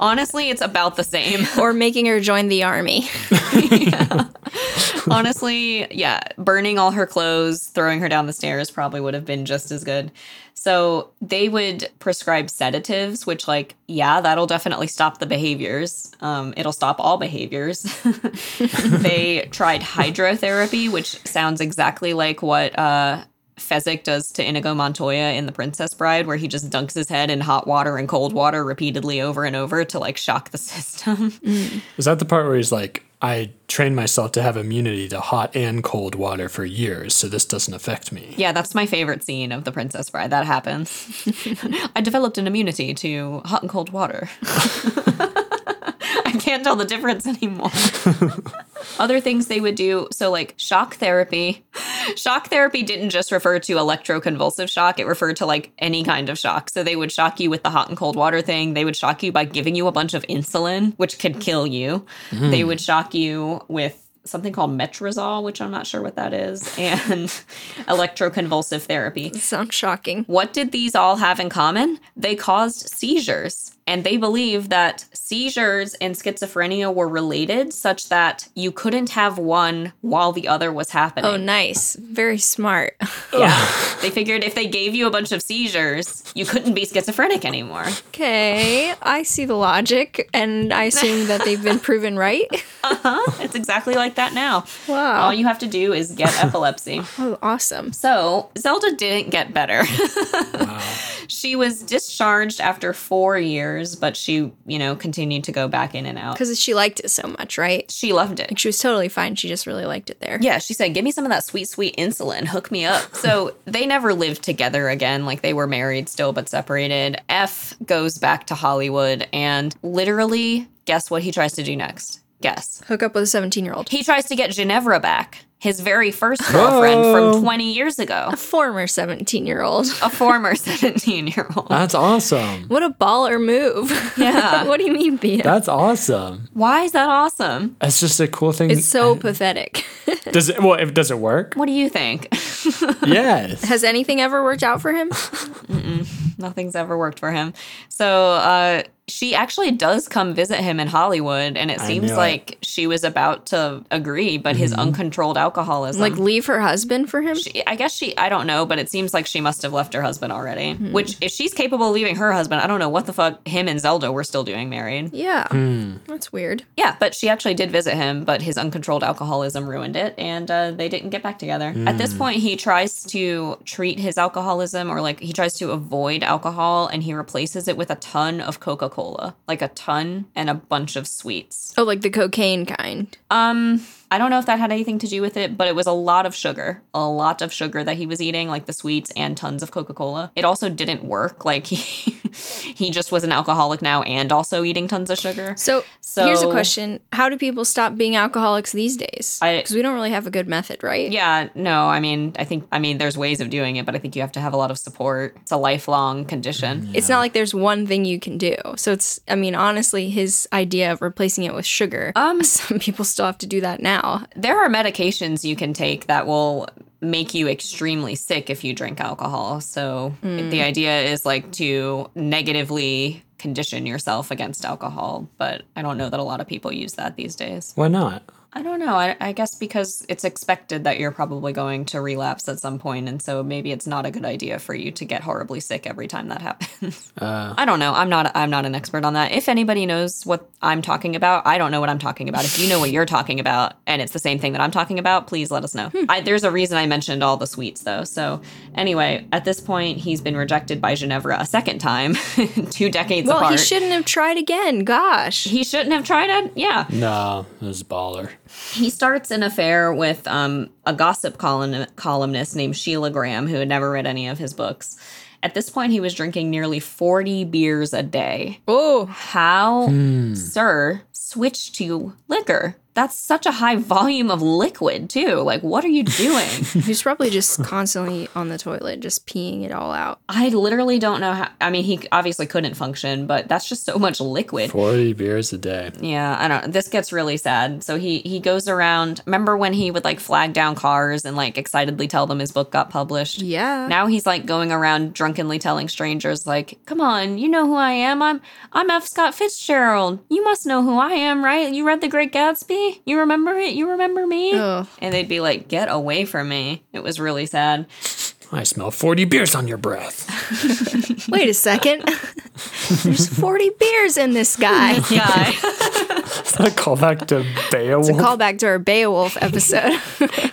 Speaker 3: Honestly, it's about the same.
Speaker 1: Or making her join the army.
Speaker 3: Honestly, yeah, burning all her clothes, throwing her down the stairs probably would have been just as good. So they would prescribe sedatives, which, like, yeah, that'll definitely stop the behaviors. Um, it'll stop all behaviors. they tried hydrotherapy, which sounds exactly like what uh, Fezzik does to Inigo Montoya in The Princess Bride, where he just dunks his head in hot water and cold water repeatedly over and over to like shock the system.
Speaker 2: Is that the part where he's like, I trained myself to have immunity to hot and cold water for years, so this doesn't affect me?
Speaker 3: Yeah, that's my favorite scene of The Princess Bride. That happens. I developed an immunity to hot and cold water. I can't tell the difference anymore. Other things they would do, so like shock therapy. Shock therapy didn't just refer to electroconvulsive shock, it referred to like any kind of shock. So they would shock you with the hot and cold water thing. They would shock you by giving you a bunch of insulin, which could kill you. They would shock you with something called metrazol, which I'm not sure what that is, and electroconvulsive therapy.
Speaker 1: Sounds shocking.
Speaker 3: What did these all have in common? They caused seizures. And they believe that seizures and schizophrenia were related such that you couldn't have one while the other was happening.
Speaker 1: Oh, nice. Very smart.
Speaker 3: yeah. they figured if they gave you a bunch of seizures, you couldn't be schizophrenic anymore.
Speaker 1: Okay. I see the logic, and I assume that they've been proven right.
Speaker 3: It's exactly like that now. All
Speaker 1: Wow.
Speaker 3: you have to do is get epilepsy.
Speaker 1: Oh, awesome.
Speaker 3: So Zelda didn't get better. She was discharged after four years, but she, you know, continued to go back in and out.
Speaker 1: Because she liked it so much, right?
Speaker 3: She loved it.
Speaker 1: She was totally fine. She just really liked it there.
Speaker 3: Yeah, she said, "Give me some of that sweet, sweet insulin. Hook me up." So they never lived together again. Like they were married still, but separated. F goes back to Hollywood, and literally, guess what he tries to do next? Guess
Speaker 1: Hook up with a 17 year old.
Speaker 3: he tries to get Ginevra back, his very first girlfriend
Speaker 2: Whoa.
Speaker 3: from twenty years ago,
Speaker 1: Former 17 year old.
Speaker 3: a former seventeen-year-old.
Speaker 2: That's awesome.
Speaker 1: What a baller move.
Speaker 3: Yeah.
Speaker 1: what do you mean, Bia?
Speaker 2: That's awesome.
Speaker 3: Why is that awesome?
Speaker 2: That's just a cool thing.
Speaker 1: it's so pathetic.
Speaker 2: does it, well, if does it work?
Speaker 3: What do you think?
Speaker 2: yes.
Speaker 1: Has anything ever worked out for him?
Speaker 3: Nothing's ever worked for him. So uh, she actually does come visit him in Hollywood, and it
Speaker 2: I
Speaker 3: seems
Speaker 2: knew it. Mm-hmm.
Speaker 3: like she was about to agree, but his uncontrolled alcoholism.
Speaker 1: Like leave her husband for him?
Speaker 3: she, I guess she, I don't know, but it seems like she must have left her husband already. Which, if she's capable of leaving her husband, I don't know what the fuck him and Zelda were still doing married.
Speaker 1: yeah. That's weird.
Speaker 3: Yeah, but she actually did visit him, but his uncontrolled alcoholism ruined it, and uh, they didn't get back together. At this point, he tries to treat his alcoholism, or like he tries to avoid alcohol, and he replaces it with a ton of Coca Cola, like a ton and a bunch of sweets.
Speaker 1: Oh, like the cocaine kind.
Speaker 3: Um, I don't know if that had anything to do with it, but it was a lot of sugar, a lot of sugar that he was eating, like the sweets and tons of Coca Cola. It also didn't work. Like he, he just was an alcoholic now, and also eating tons of sugar.
Speaker 1: So, here's a
Speaker 3: So-
Speaker 1: question: How do people stop being alcoholics these days?
Speaker 3: I-
Speaker 1: Because we don't really have a good method, right?
Speaker 3: Yeah, no, I mean, I think, I mean, there's ways of doing it, but I think you have to have a lot of support. It's a lifelong condition.
Speaker 1: It's not like there's one thing you can do. So it's, I mean, honestly, his idea of replacing it with sugar. Um, some people still have to do that now.
Speaker 3: There are medications you can take that will make you extremely sick if you drink alcohol. So the idea is like to negatively condition yourself against alcohol, but I don't know that a lot of people use that these days.
Speaker 2: Why not?
Speaker 3: I don't know. I, I guess because it's expected that you're probably going to relapse at some point, and so maybe it's not a good idea for you to get horribly sick every time that happens. I don't know. I'm not. I'm not an expert on that. If anybody knows what I'm talking about, I don't know what I'm talking about. If you know what you're talking about, and it's the same thing that I'm talking about, please let us know.
Speaker 1: Hmm.
Speaker 3: I, there's a reason I mentioned all the sweets, though. So anyway, at this point, he's been rejected by Ginevra a second time, two decades
Speaker 1: Well,
Speaker 3: apart.
Speaker 1: he shouldn't have tried again. Gosh.
Speaker 3: He shouldn't have tried it. Yeah.
Speaker 2: No, it was baller.
Speaker 3: He starts an affair with um, a gossip column- columnist named Sheila Graham, who had never read any of his books. At this point, he was drinking nearly 40 beers a day.
Speaker 1: Oh,
Speaker 3: How, sir, switch to liquor? That's such a high volume of liquid, too. Like, what are you doing?
Speaker 1: he's probably just constantly on the toilet, just peeing it all out.
Speaker 3: I literally don't know how. I mean, he obviously couldn't function, but that's just so much liquid.
Speaker 2: Forty beers a day.
Speaker 3: Yeah, I don't. This gets really sad. So he he goes around. Remember when he would like flag down cars and like excitedly tell them his book got published?
Speaker 1: Yeah.
Speaker 3: Now he's like going around drunkenly telling strangers like, "Come on, you know who I am. I'm I'm F. Scott Fitzgerald. You must know who I am, right? You read The Great Gatsby. You remember it. You remember me."
Speaker 1: Ugh.
Speaker 3: And they'd be like, "Get away from me." It was really sad.
Speaker 2: I smell forty beers on your breath.
Speaker 1: Wait a second. There's 40 beers in this guy.
Speaker 3: Yeah.
Speaker 2: a callback to Beowulf.
Speaker 1: Callback to our Beowulf episode.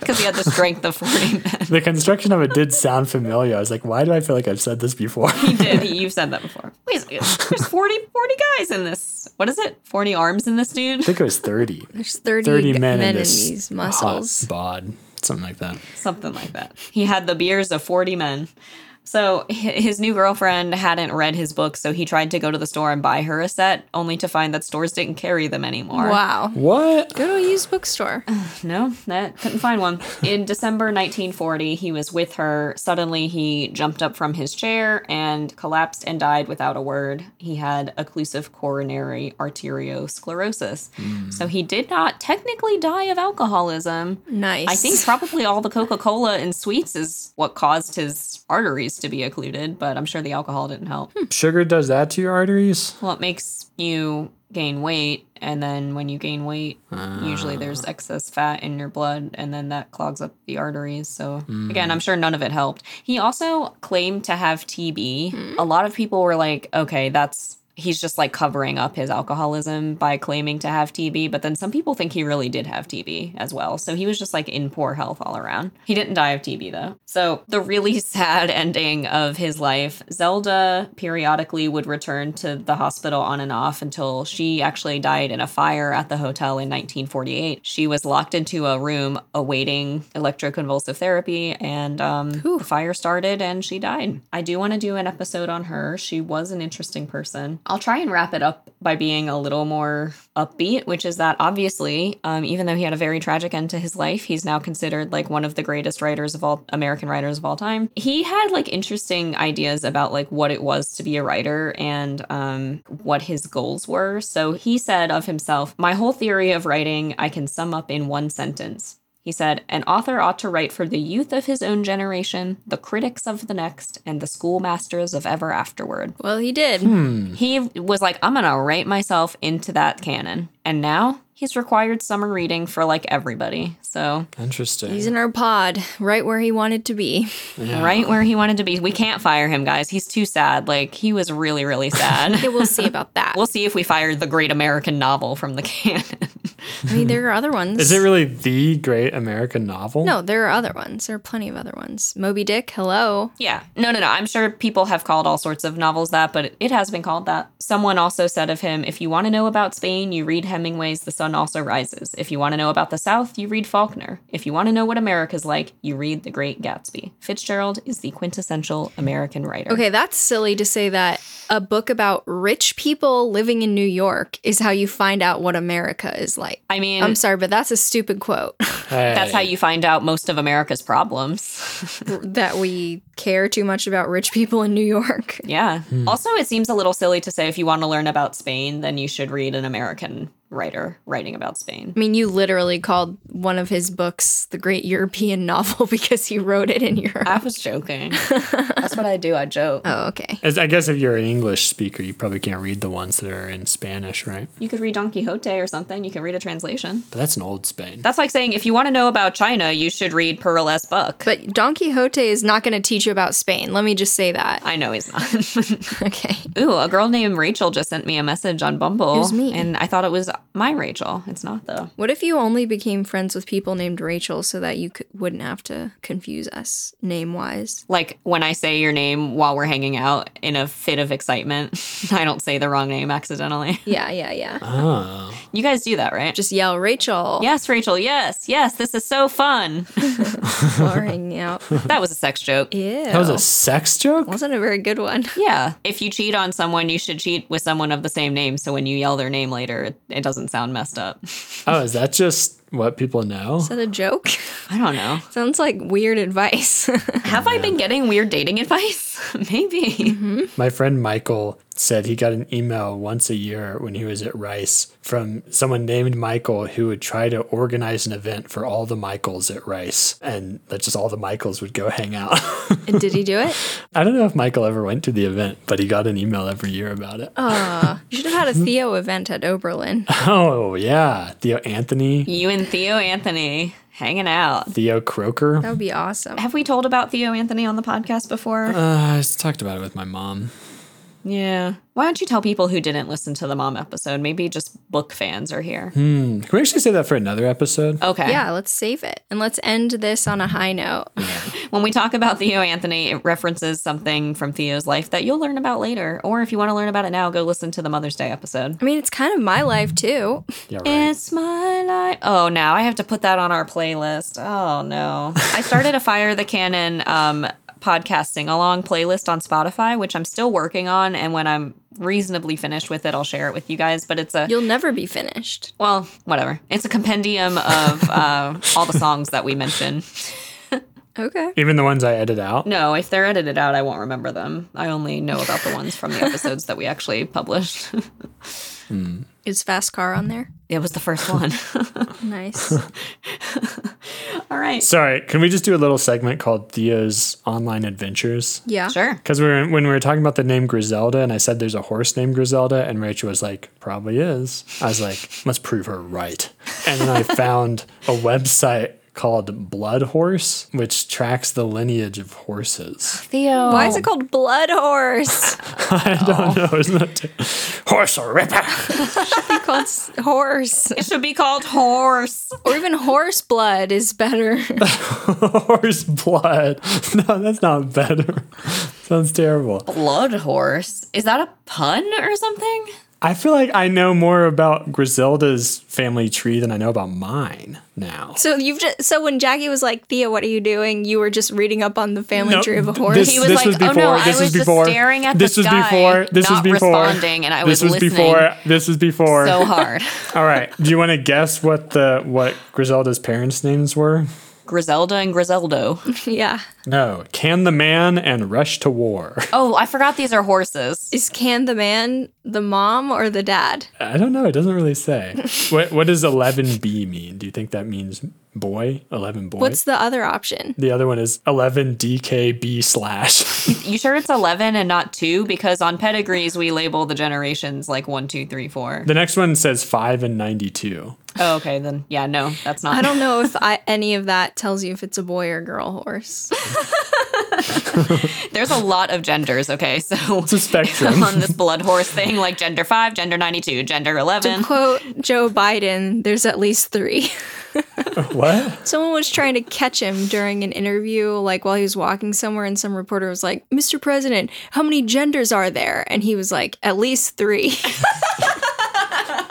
Speaker 3: Cuz he had the strength of 40 men.
Speaker 2: the construction of it did sound familiar. I was like, why do I feel like I've said this before?
Speaker 3: He did. He, you've said that before. Wait, a second. there's 40 40 guys in this. What is it? 40 arms in this dude?
Speaker 2: I think it was 30.
Speaker 1: There's 30,
Speaker 2: 30
Speaker 1: g-
Speaker 2: men,
Speaker 1: men
Speaker 2: in
Speaker 1: in
Speaker 2: this
Speaker 1: these muscles.
Speaker 2: hot bod, something like that.
Speaker 3: something like that. He had the beers of 40 men. So hi- his new girlfriend hadn't read his book, so he tried to go to the store and buy her a set, only to find that stores didn't carry them anymore.
Speaker 1: Wow.
Speaker 2: What?
Speaker 1: Go to a used bookstore.
Speaker 3: No, that couldn't find one. In December 1940, he was with her. Suddenly, he jumped up from his chair and collapsed and died without a word. He had occlusive coronary arteriosclerosis. So he did not technically die of alcoholism.
Speaker 1: Nice.
Speaker 3: I think probably all the Coca Cola and sweets is what caused his arteries to be occluded, but I'm sure the alcohol didn't help.
Speaker 2: Sugar does that to your arteries?
Speaker 3: Well, it makes you gain weight, and then when you gain weight, usually there's excess fat in your blood, and then that clogs up the arteries. So, again, I'm sure none of it helped. He also claimed to have TB. A lot of people were like, okay, that's. He's just like covering up his alcoholism by claiming to have TB, but then some people think he really did have TB as well. So he was just like in poor health all around. He didn't die of TB though. So the really sad ending of his life, Zelda periodically would return to the hospital on and off until she actually died in a fire at the hotel in 1948. She was locked into a room awaiting electroconvulsive therapy and um, the fire started and she died. I do want to do an episode on her. She was an interesting person. I'll try and wrap it up by being a little more upbeat, which is that obviously, um, even though he had a very tragic end to his life, he's now considered like one of the greatest writers of all American writers of all time. He had like interesting ideas about like what it was to be a writer and um, what his goals were. So he said of himself, My whole theory of writing, I can sum up in one sentence. He said, An author ought to write for the youth of his own generation, the critics of the next, and the schoolmasters of ever afterward.
Speaker 1: Well, he did.
Speaker 3: He was like, I'm going to write myself into that canon. And now he's required summer reading for like everybody. So,
Speaker 2: Interesting.
Speaker 1: He's in our pod, right where he wanted to be.
Speaker 3: right where he wanted to be. We can't fire him, guys. He's too sad. Like, he was really, really sad.
Speaker 1: Yeah, we'll see about that.
Speaker 3: we'll see if we fire the great American novel from the canon.
Speaker 1: I mean, there are other ones.
Speaker 2: Is it really the great American novel?
Speaker 1: No, there are other ones. There are plenty of other ones. Moby Dick, hello.
Speaker 3: Yeah. No, no, no. I'm sure people have called all sorts of novels that, but it has been called that. Someone also said of him if you want to know about Spain, you read Hemingway's The Sun Also Rises. If you want to know about the South, you read Faulkner. If you want to know what America's like, you read The Great Gatsby. Fitzgerald is the quintessential American writer.
Speaker 1: Okay, that's silly to say that a book about rich people living in New York is how you find out what America is like.
Speaker 3: I mean,
Speaker 1: I'm sorry, but that's a stupid quote
Speaker 3: that's how you find out most of America's problems.
Speaker 1: that we care too much about rich people in New York.
Speaker 3: Yeah. Also, it seems a little silly to say if you want to learn about Spain, then you should read an American writer writing about Spain.
Speaker 1: I mean, you literally called one of his books the great European novel because he wrote it in Europe.
Speaker 3: I was joking. That's what I do. I joke.
Speaker 1: Oh, okay.
Speaker 2: As- I guess if you're an English speaker, you probably can't read the ones that are in Spanish, right?
Speaker 3: You could read Don Quixote or something. You can read a translation.
Speaker 2: But that's an old Spain.
Speaker 3: That's like saying if you want to know about China, you should read Pearl S. Buck.
Speaker 1: But Don Quixote is not going to teach you about Spain. Let me just say that.
Speaker 3: I know he's not.
Speaker 1: Okay.
Speaker 3: Ooh, a girl named Rachel just sent me a message on Bumble.
Speaker 1: Who's me?
Speaker 3: And I thought it was my Rachel. It's not though.
Speaker 1: What if you only became friends with people named Rachel so that you could, wouldn't have to confuse us name wise?
Speaker 3: Like when I say your name while we're hanging out in a fit of excitement, I don't say the wrong name accidentally.
Speaker 1: Yeah, yeah, yeah.
Speaker 2: Oh.
Speaker 3: You guys do that, right?
Speaker 1: Just yell Rachel.
Speaker 3: Yes, Rachel. Yes, yes. This is so fun.
Speaker 1: While we're hanging out.
Speaker 3: that was a sex joke.
Speaker 1: Ew.
Speaker 2: That was a sex joke?
Speaker 1: Wasn't a very good one.
Speaker 3: Yeah. If you cheat on someone, you should cheat with someone of the same name. So when you yell their name later, it, it doesn't sound messed up.
Speaker 2: Oh, is that just what people know?
Speaker 1: Is that a joke?
Speaker 3: I don't know.
Speaker 1: Sounds like weird advice.
Speaker 3: Have I been getting weird dating advice? Maybe.
Speaker 2: My friend Michael said he got an email once a year when he was at Rice from someone named Michael who would try to organize an event for all the Michaels at Rice. And that just all the Michaels would go hang out.
Speaker 1: and did he do it?
Speaker 2: I don't know if Michael ever went to the event, but he got an email every year about it. Oh,
Speaker 1: You should have had a Theo event at Oberlin.
Speaker 2: Oh, yeah. Theo Anthony,
Speaker 3: You and Theo Anthony hanging out.
Speaker 2: Theo Croker.
Speaker 1: That would be awesome.
Speaker 3: Have we told about Theo Anthony on the podcast before?
Speaker 2: Uh, I talked about it with my mom.
Speaker 3: yeah. Why don't you tell people who didn't listen to the mom episode? Maybe just book fans are here.
Speaker 2: Can we actually say that for another episode?
Speaker 3: Okay.
Speaker 1: Yeah, let's save it. And let's end this on a high note.
Speaker 3: When we talk about Theo Anthony, it references something from Theo's life that you'll learn about later. Or if you want to learn about it now, go listen to the Mother's Day episode.
Speaker 1: I mean, it's kind of my life too.
Speaker 2: Yeah, right.
Speaker 3: It's my life. Oh, now I have to put that on our playlist. Oh no, I started a Fire the Cannon um, podcasting along playlist on Spotify, which I'm still working on. And when I'm reasonably finished with it, I'll share it with you guys. But it's a
Speaker 1: You'll never be finished.
Speaker 3: well, whatever. It's a compendium of uh, all the songs that we mention.
Speaker 1: Okay.
Speaker 2: Even the ones I edit out.
Speaker 3: No, if they're edited out, I won't remember them. I only know about the ones from the episodes that we actually published.
Speaker 1: Is Fast Car on there?
Speaker 3: it was the first one.
Speaker 1: Nice.
Speaker 3: all right.
Speaker 2: Sorry, can we just do a little segment called Theo's Online Adventures?
Speaker 1: Yeah.
Speaker 3: Sure.
Speaker 2: Because we were, when we were talking about the name Griselda, and I said there's a horse named Griselda, and Rachel was like, probably is. I was like, let's prove her right. And then I found a website called Blood Horse, which tracks the lineage of horses.
Speaker 3: Theo.
Speaker 1: Why is it called Blood Horse?
Speaker 2: I don't know. Isn't that t- horse or ripper?
Speaker 1: It's called s- Horse.
Speaker 3: It should be called horse.
Speaker 1: Or even horse blood is better.
Speaker 2: horse blood. No, that's not better. Sounds terrible.
Speaker 3: Blood horse. Is that a pun or something?
Speaker 2: I feel like I know more about Griselda's family tree than I know about mine now.
Speaker 1: so you've just so when Jackie was like, Thea, what are you doing? You were just reading up on the family
Speaker 2: No,
Speaker 1: tree of a
Speaker 2: th-
Speaker 1: horse.
Speaker 2: This,
Speaker 3: He was
Speaker 2: this
Speaker 3: like,
Speaker 2: was
Speaker 3: "Oh, no,
Speaker 2: before,
Speaker 3: I
Speaker 2: this
Speaker 3: was
Speaker 2: was
Speaker 3: just
Speaker 2: before,
Speaker 3: staring at
Speaker 2: this
Speaker 3: the
Speaker 2: was
Speaker 3: sky,
Speaker 2: before, this
Speaker 3: not
Speaker 2: was before,
Speaker 3: responding, and I
Speaker 2: this
Speaker 3: was
Speaker 2: was before,
Speaker 3: listening
Speaker 2: this was before.
Speaker 3: So hard.
Speaker 2: All right, do you want to guess what the what Griselda's parents' names were?
Speaker 3: Griselda and Griseldo.
Speaker 1: yeah.
Speaker 2: No, can the man and rush to war.
Speaker 3: Oh, I forgot these are horses.
Speaker 1: Is Can the man the mom or the dad?
Speaker 2: I don't know. It doesn't really say. what what does eleven B mean? Do you think that means boy, 11 boy.
Speaker 1: What's the other option?
Speaker 2: the other one is 11 DKB slash.
Speaker 3: You sure it's 11 and not 2? Because on pedigrees, we label the generations like one, two, three, four.
Speaker 2: the next one says 5 and 92.
Speaker 3: Oh, okay, then. Yeah, no, that's not.
Speaker 1: I don't know if I, any of that tells you if it's a boy or girl horse.
Speaker 3: There's a lot of genders, okay? So
Speaker 2: It's a spectrum.
Speaker 3: on this blood horse thing, like gender 5, gender 92, gender 11.
Speaker 1: Quote Joe Biden, there's at least three.
Speaker 2: what?
Speaker 1: Someone was trying to catch him during an interview, like while he was walking somewhere, and some reporter was like, Mr. President, how many genders are there? And he was like, at least three.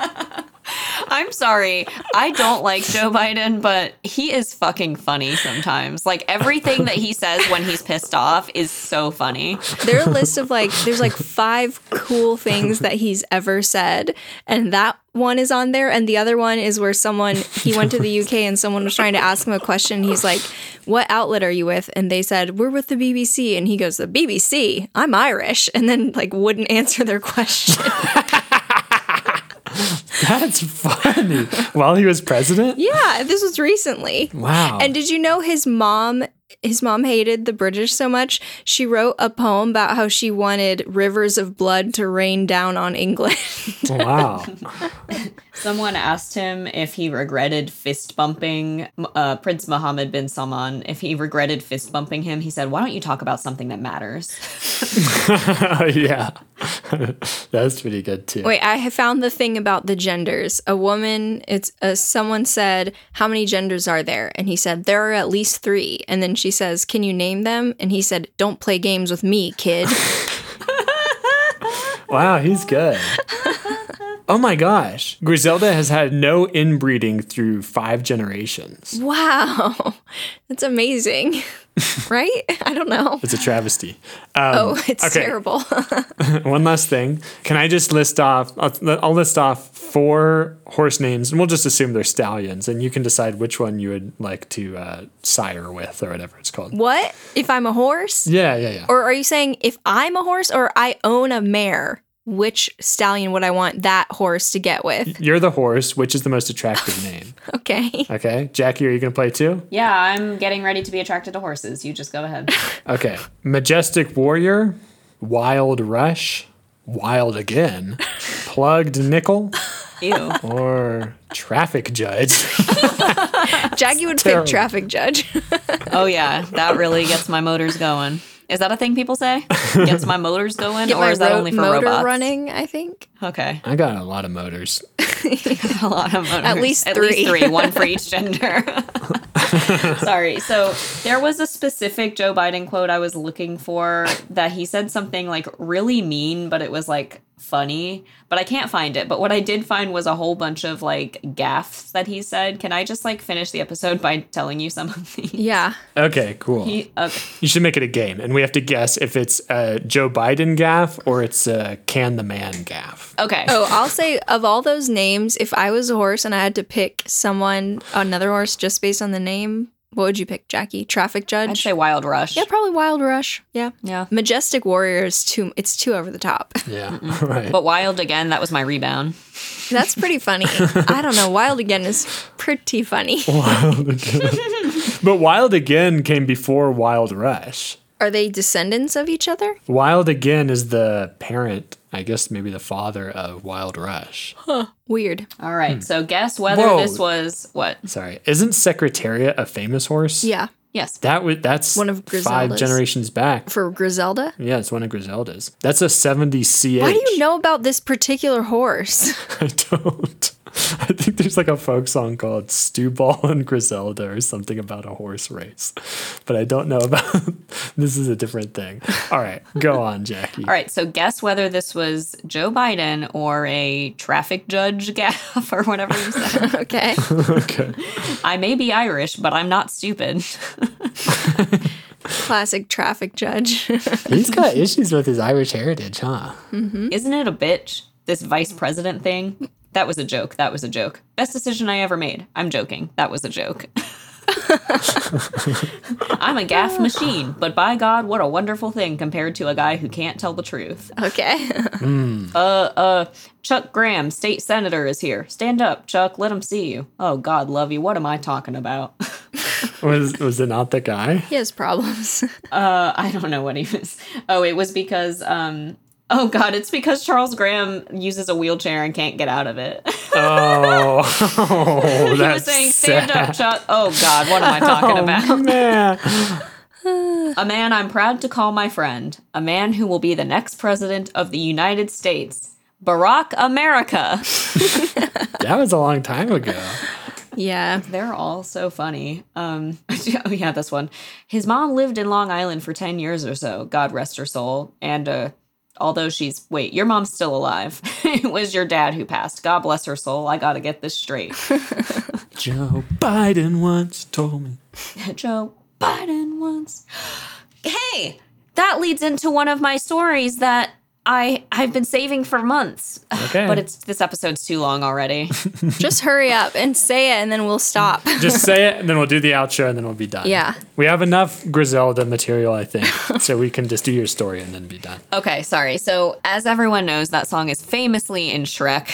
Speaker 3: I'm sorry. I don't like Joe Biden, but he is fucking funny sometimes. Like everything that he says when he's pissed off is so funny.
Speaker 1: Their list of like, there's like five cool things that he's ever said, and that one is on there, and the other one is where someone he went to the UK and someone was trying to ask him a question. He's like, "What outlet are you with?" And they said, "We're with the BBC," and he goes, "The BBC? I'm Irish," and then like wouldn't answer their question.
Speaker 2: That's funny. While he was president?
Speaker 1: yeah, this was recently.
Speaker 2: Wow.
Speaker 1: And did you know his mom? His mom hated the British so much. She wrote a poem about how she wanted rivers of blood to rain down on England.
Speaker 2: wow.
Speaker 3: Someone asked him if he regretted fist bumping uh, Prince Mohammed bin Salman. If he regretted fist bumping him, he said, Why don't you talk about something that matters?
Speaker 2: yeah. That's pretty good too.
Speaker 1: Wait, I have found the thing about the genders. A woman, it's uh, someone said, "How many genders are there?" And he said, "There are at least three. And then she says, "Can you name them?" And he said, "Don't play games with me, kid."
Speaker 2: Wow, he's good. Oh my gosh. Griselda has had no inbreeding through five generations.
Speaker 1: wow, that's amazing, right? I don't know.
Speaker 2: It's a travesty.
Speaker 1: Oh, it's
Speaker 2: okay.
Speaker 1: terrible.
Speaker 2: One last thing. Can I just list off? I'll, I'll list off four horse names, and we'll just assume they're stallions, and you can decide which one you would like to uh, sire with or whatever it's called.
Speaker 1: what if I'm a horse?
Speaker 2: Yeah, yeah, yeah.
Speaker 1: Or are you saying if I'm a horse or I own a mare, which stallion would I want that horse to get with?
Speaker 2: You're the horse. Which is the most attractive name?
Speaker 1: Okay.
Speaker 2: Okay, Jackie, are you gonna play too?
Speaker 3: Yeah, I'm getting ready to be attracted to horses. You just go ahead.
Speaker 2: Okay, majestic warrior, wild rush, wild again, plugged nickel,
Speaker 3: Ew.
Speaker 2: or traffic judge.
Speaker 1: Jackie would
Speaker 2: terrible.
Speaker 1: pick traffic judge.
Speaker 3: Oh, yeah, that really gets my motors going. Is that a thing people say? Gets my motors going? or is that
Speaker 1: ro-
Speaker 3: only for
Speaker 1: motor
Speaker 3: robots?
Speaker 1: running, I think.
Speaker 3: Okay.
Speaker 2: I got a lot of motors.
Speaker 3: a lot of motors.
Speaker 1: At least three.
Speaker 3: three, one for each gender. Sorry. So there was a specific Joe Biden quote I was looking for that he said something like really mean, but it was like funny. But I can't find it. But what I did find was a whole bunch of like gaffes that he said. Can I just like finish the episode by telling you some of these?
Speaker 1: Yeah.
Speaker 2: Okay, cool.
Speaker 3: He- okay.
Speaker 2: You should make it a game, and we have to guess if it's a Joe Biden gaff or it's a Can the Man gaff.
Speaker 3: okay.
Speaker 1: Oh, I'll say of all those names, if I was a horse and I had to pick someone, another horse just based on the name, what would you pick, Jackie? Traffic
Speaker 3: I'd
Speaker 1: judge?
Speaker 3: say Wild Rush.
Speaker 1: yeah, probably Wild Rush. Yeah.
Speaker 3: Yeah.
Speaker 1: Majestic Warrior is too it's too over the top.
Speaker 2: Yeah, right.
Speaker 3: But Wild again, that was my rebound.
Speaker 1: That's pretty funny. I don't know. Wild again is pretty funny.
Speaker 2: But Wild Again came before Wild Rush.
Speaker 1: Are they descendants of each other?
Speaker 2: Wild Again is the parent, I guess maybe the father of Wild Rush.
Speaker 1: Weird.
Speaker 3: All right. So guess whether
Speaker 2: Whoa.
Speaker 3: this was what?
Speaker 2: Sorry, isn't Secretariat a famous horse?
Speaker 1: Yeah.
Speaker 3: Yes.
Speaker 2: that was that's
Speaker 1: One of
Speaker 2: five
Speaker 1: Griselda's.
Speaker 2: generations back.
Speaker 1: For Griselda?
Speaker 2: Yeah, it's one of Griselda's. That's a seventy CH.
Speaker 1: Why do you know about this particular horse?
Speaker 2: I don't. I think there's like a folk song called Stewball and Griselda or something about a horse race, but I don't know about. this is a different thing. All right, go on, Jackie.
Speaker 3: All right, so guess whether this was Joe Biden or a traffic judge gaff or whatever you said.
Speaker 1: Okay.
Speaker 2: Okay.
Speaker 3: I may be Irish, but I'm not stupid.
Speaker 1: Classic traffic judge.
Speaker 2: He's got issues with his Irish heritage, huh?
Speaker 3: Isn't it a bitch? This vice president thing? That was a joke. That was a joke. Best decision I ever made. I'm joking. That was a joke. I'm a gaff machine, but by God, what a wonderful thing compared to a guy who can't tell the truth.
Speaker 1: Okay.
Speaker 3: Uh, uh, Chuck Graham, state senator, is here. Stand up, Chuck. Let him see you. Oh God, love you. What am I talking about?
Speaker 2: Was was it not the guy?
Speaker 1: he has problems.
Speaker 3: Uh, I don't know what he was. Oh, it was because um. Oh God, it's because Charles Graham uses a wheelchair and can't get out of it.
Speaker 2: Oh,
Speaker 3: he was
Speaker 2: that's
Speaker 3: saying,
Speaker 2: sad. Oh.
Speaker 3: "Stand up, Chuck." Oh God, what am I talking about?
Speaker 2: Man.
Speaker 3: A man I'm proud to call my friend. A man who will be the next president of the United States. Barack America.
Speaker 2: That was a long time ago.
Speaker 1: yeah.
Speaker 3: They're all so funny. Um, oh, yeah, this one. His mom lived in Long Island for 10 years or so. God rest her soul. And uh, although she's, wait, your mom's still alive. it was your dad who passed. God bless her soul. I got to get this straight.
Speaker 2: Joe Biden once told me.
Speaker 3: Joe Biden once. Hey, that leads into one of my stories that I I've been saving for months.
Speaker 2: Okay.
Speaker 3: But it's this episode's too long already.
Speaker 1: Just hurry up and say it and then we'll stop.
Speaker 2: Just say it, and then we'll do the outro, and then we'll be done.
Speaker 1: Yeah.
Speaker 2: We have enough Griselda material, I think, so we can just do your story and then be done.
Speaker 3: okay, sorry. So as everyone knows, that song is famously in Shrek,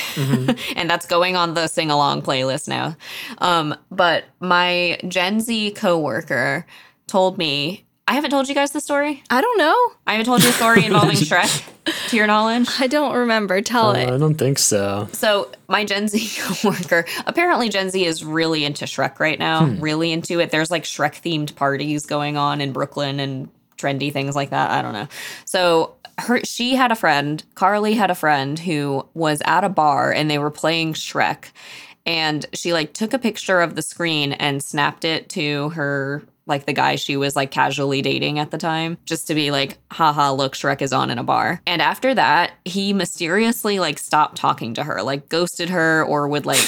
Speaker 3: and that's going on the sing along playlist now. Um, but my Gen Z coworker told me I haven't told you guys the story.
Speaker 1: I don't know.
Speaker 3: I haven't told you a story involving Shrek, to your knowledge.
Speaker 1: I don't remember. Tell
Speaker 2: Uh, I
Speaker 1: it.
Speaker 2: don't think so.
Speaker 3: So my Gen Z coworker, apparently Gen Z is really into Shrek right now, really into it. There's like Shrek themed parties going on in Brooklyn and trendy things like that. I don't know. So her she had a friend, Carly had a friend who was at a bar and they were playing Shrek and she like took a picture of the screen and snapped it to her like the guy she was like casually dating at the time just to be like haha look shrek is on in a bar and after that he mysteriously like stopped talking to her like ghosted her or would like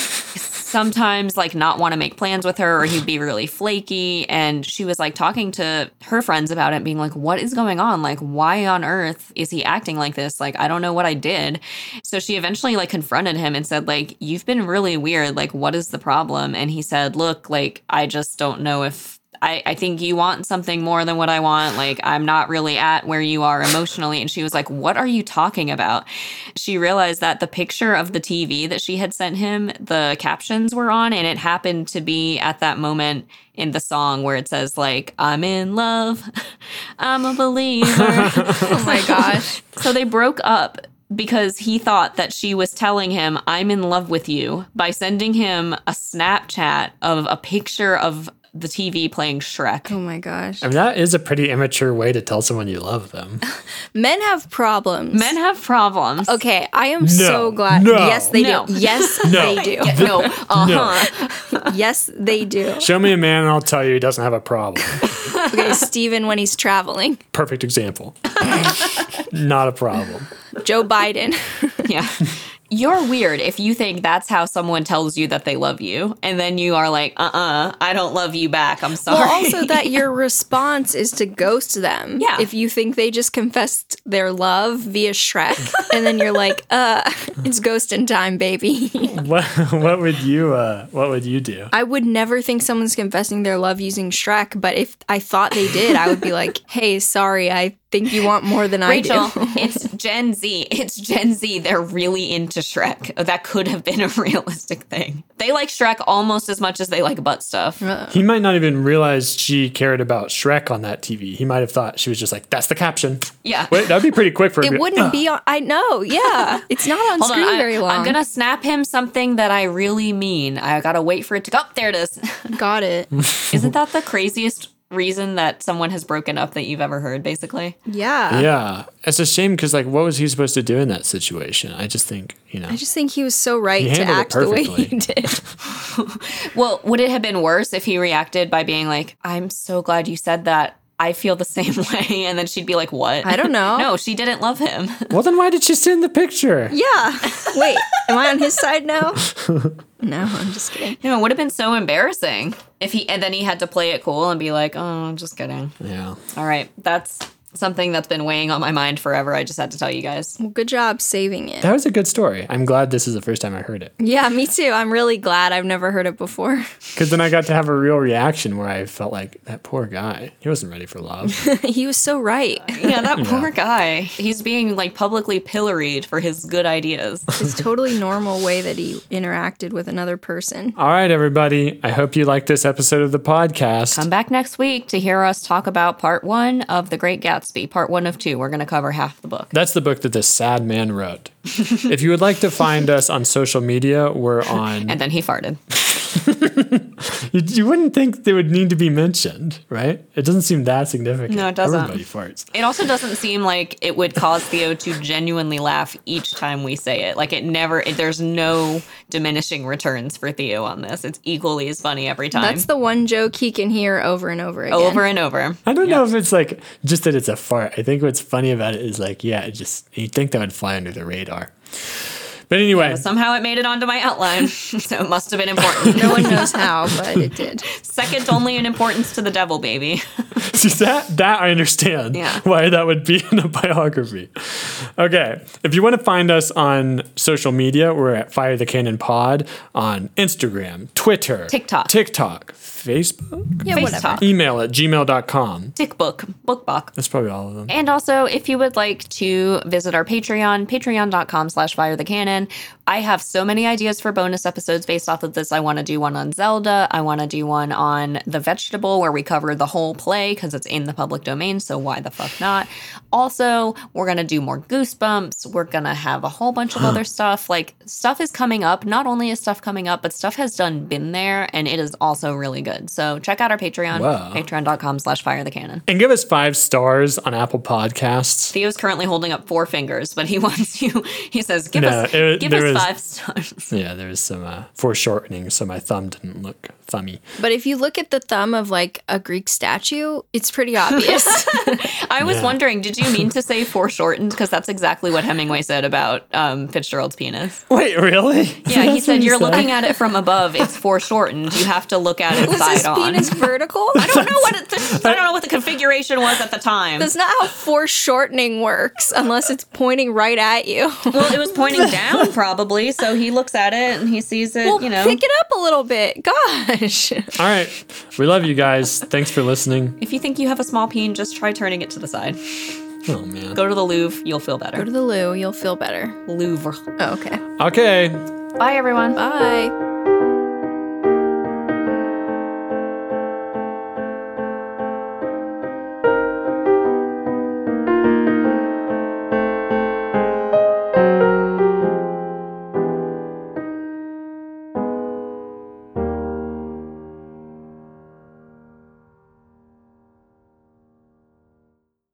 Speaker 3: sometimes like not want to make plans with her or he'd be really flaky and she was like talking to her friends about it being like what is going on like why on earth is he acting like this like i don't know what i did so she eventually like confronted him and said like you've been really weird like what is the problem and he said look like i just don't know if I, I think you want something more than what I want. Like, I'm not really at where you are emotionally. And she was like, What are you talking about? She realized that the picture of the TV that she had sent him, the captions were on, and it happened to be at that moment in the song where it says, like, I'm in love, I'm a believer.
Speaker 1: Oh my gosh.
Speaker 3: so they broke up because he thought that she was telling him, I'm in love with you, by sending him a Snapchat of a picture of the TV playing Shrek.
Speaker 1: Oh my gosh.
Speaker 2: I mean, that is a pretty immature way to tell someone you love them.
Speaker 1: Men have problems.
Speaker 3: Men have problems.
Speaker 1: Okay, I am so glad.
Speaker 2: No.
Speaker 1: Yes, they
Speaker 3: No.
Speaker 1: do. Yes,
Speaker 2: No.
Speaker 1: they do. Uh-huh.
Speaker 3: No. Uh huh.
Speaker 1: Yes, they do.
Speaker 2: Show me a man, and I'll tell you he doesn't have a problem.
Speaker 1: Okay, Steven when he's traveling.
Speaker 2: Perfect example. Not a problem.
Speaker 1: Joe Biden.
Speaker 3: Yeah. You're weird if you think that's how someone tells you that they love you, and then you are like, uh uh I don't love you back. I'm sorry.
Speaker 1: Well, also that your response is to ghost them.
Speaker 3: Yeah.
Speaker 1: If you think they just confessed their love via Shrek, and then you're like, uh, it's ghosting time, baby.
Speaker 2: What What would you uh, What would you do?
Speaker 1: I would never think someone's confessing their love using Shrek, but if I thought they did, I would be like, hey, sorry, I think you want more than
Speaker 3: Rachel,
Speaker 1: I do.
Speaker 3: it's Gen Z. It's Gen Z. They're really into Shrek. That could have been a realistic thing. They like Shrek almost as much as they like butt stuff.
Speaker 2: He might not even realize she cared about Shrek on that TV. He might have thought she was just like, "That's the caption."
Speaker 3: Yeah.
Speaker 2: Wait, that'd be pretty quick for. her to be
Speaker 1: It
Speaker 2: like,
Speaker 1: wouldn't be on. I know. Yeah. It's not on
Speaker 3: Hold on,
Speaker 1: screen
Speaker 3: I,
Speaker 1: very long.
Speaker 3: I'm gonna snap him something that I really mean. I gotta wait for it to go. Oh, there it is.
Speaker 1: Got it.
Speaker 3: Isn't that the craziest reason that someone has broken up that you've ever heard? Basically, Uh,
Speaker 1: Yeah.
Speaker 2: Yeah, it's a shame because like, what was he supposed to do in that situation? I just think you know.
Speaker 1: I just think he was so right to
Speaker 2: handled it
Speaker 1: act the way he
Speaker 2: perfectly.
Speaker 1: did.
Speaker 3: Well, would it have been worse if he reacted by being like, I'm so glad you said that. I feel the same way. And then she'd be like, What?
Speaker 1: I don't know.
Speaker 3: no, she didn't love him.
Speaker 2: well, then why did she send the picture?
Speaker 1: Yeah. Wait, am I on his side now? No, I'm just kidding.
Speaker 3: no, it would have been so embarrassing if he, and then he had to play it cool and be like, Oh, I'm just kidding.
Speaker 2: Yeah.
Speaker 3: All right. That's something that's been weighing on my mind forever. I just had to tell you guys.
Speaker 1: Well, good job saving it.
Speaker 2: That was a good story. I'm glad this is the first time I heard it
Speaker 1: yeah, me too. I'm really glad I've never heard it before.
Speaker 2: because then I got to have a real reaction where I felt like that poor guy. He wasn't ready for love.
Speaker 1: he was so right.
Speaker 3: Yeah, that poor guy. He's being like publicly pilloried for his good ideas.
Speaker 1: His totally normal way that he interacted with another person.
Speaker 2: All right, everybody. I hope you liked this episode of the podcast.
Speaker 3: Come back next week to hear us talk about part one of The Great Gatsby, part one of two. We're going to cover half the book.
Speaker 2: That's the book that this sad man wrote. if you would like to find us on social media, we're on.
Speaker 3: And then he farted.
Speaker 2: You, you wouldn't think they would need to be mentioned, right? It doesn't seem that significant.
Speaker 3: No, it doesn't.
Speaker 2: Everybody farts.
Speaker 3: It also doesn't seem like it would cause Theo to genuinely laugh each time we say it. Like it never, it, there's no diminishing returns for Theo on this. It's equally as funny every time.
Speaker 1: That's the one joke he can hear over and over again.
Speaker 3: over and over.
Speaker 2: I don't know if it's like just that it's a fart. I think what's funny about it is like, yeah, it just you'd think that would fly under the radar. But anyway,
Speaker 3: Somehow it made it onto my outline, so it must have been important.
Speaker 1: No one knows how, but it did.
Speaker 3: Second only in importance to the devil, baby.
Speaker 2: See that that I understand
Speaker 3: Yeah.
Speaker 2: why that would be in a biography. Okay, if you want to find us on social media, we're at Fire the Cannon Pod on Instagram, Twitter,
Speaker 3: TikTok.
Speaker 2: TikTok, Facebook,
Speaker 1: Yeah,
Speaker 3: Face
Speaker 1: whatever.
Speaker 3: talk.
Speaker 2: email at gmail.com.
Speaker 3: Dick book, book box.
Speaker 2: That's probably all of them.
Speaker 3: And also, if you would like to visit our Patreon, patreon.com slash fire the cannon. I have so many ideas for bonus episodes based off of this. I want to do one on Zelda. I want to do one on The Vegetable, where we cover the whole play because it's in the public domain. So why the fuck not? Also, we're going to do more Goosebumps. We're going to have a whole bunch of other stuff. Like, stuff is coming up. Not only is stuff coming up, but stuff has done been there and it is also really good. So check out our Patreon,
Speaker 2: Wow.
Speaker 3: patreon.com slash fire the cannon.
Speaker 2: And give us five stars on Apple Podcasts.
Speaker 3: Theo's currently holding up four fingers, but he wants you. He says, "Give
Speaker 2: No,
Speaker 3: us,
Speaker 2: it-
Speaker 3: give
Speaker 2: there
Speaker 3: us
Speaker 2: is-
Speaker 3: five stars."
Speaker 2: Yeah, there's some uh, foreshortening, so my thumb didn't look thummy.
Speaker 1: But if you look at the thumb of like a Greek statue, it's pretty obvious.
Speaker 3: I was
Speaker 2: Yeah.
Speaker 3: wondering, did you mean to say foreshortened? Because that's exactly what Hemingway said about um, Fitzgerald's penis.
Speaker 2: Wait, really?
Speaker 3: Yeah, he
Speaker 2: That's what
Speaker 3: said, "You're
Speaker 2: said?
Speaker 3: looking at it from above. It's foreshortened. You have to look at it
Speaker 1: Was his
Speaker 3: side on."
Speaker 1: penis vertical? I
Speaker 3: I
Speaker 1: don't
Speaker 3: don't know what it, I don't know what the configuration was at the time.
Speaker 1: That's not how foreshortening works unless it's pointing right at you.
Speaker 3: well, it was pointing down probably, so he looks at it and he sees it.
Speaker 1: Well,
Speaker 3: you know,
Speaker 1: pick it up a little bit. Gosh.
Speaker 2: All right. We love you guys. Thanks for listening.
Speaker 3: if you think you have a small peen, just try turning it to the side.
Speaker 2: Oh, man.
Speaker 3: Go to the Louvre, you'll feel better.
Speaker 1: Go to the loo, you'll feel better.
Speaker 3: Louvre.
Speaker 1: Oh, okay.
Speaker 2: Okay.
Speaker 3: Bye, everyone.
Speaker 1: Bye.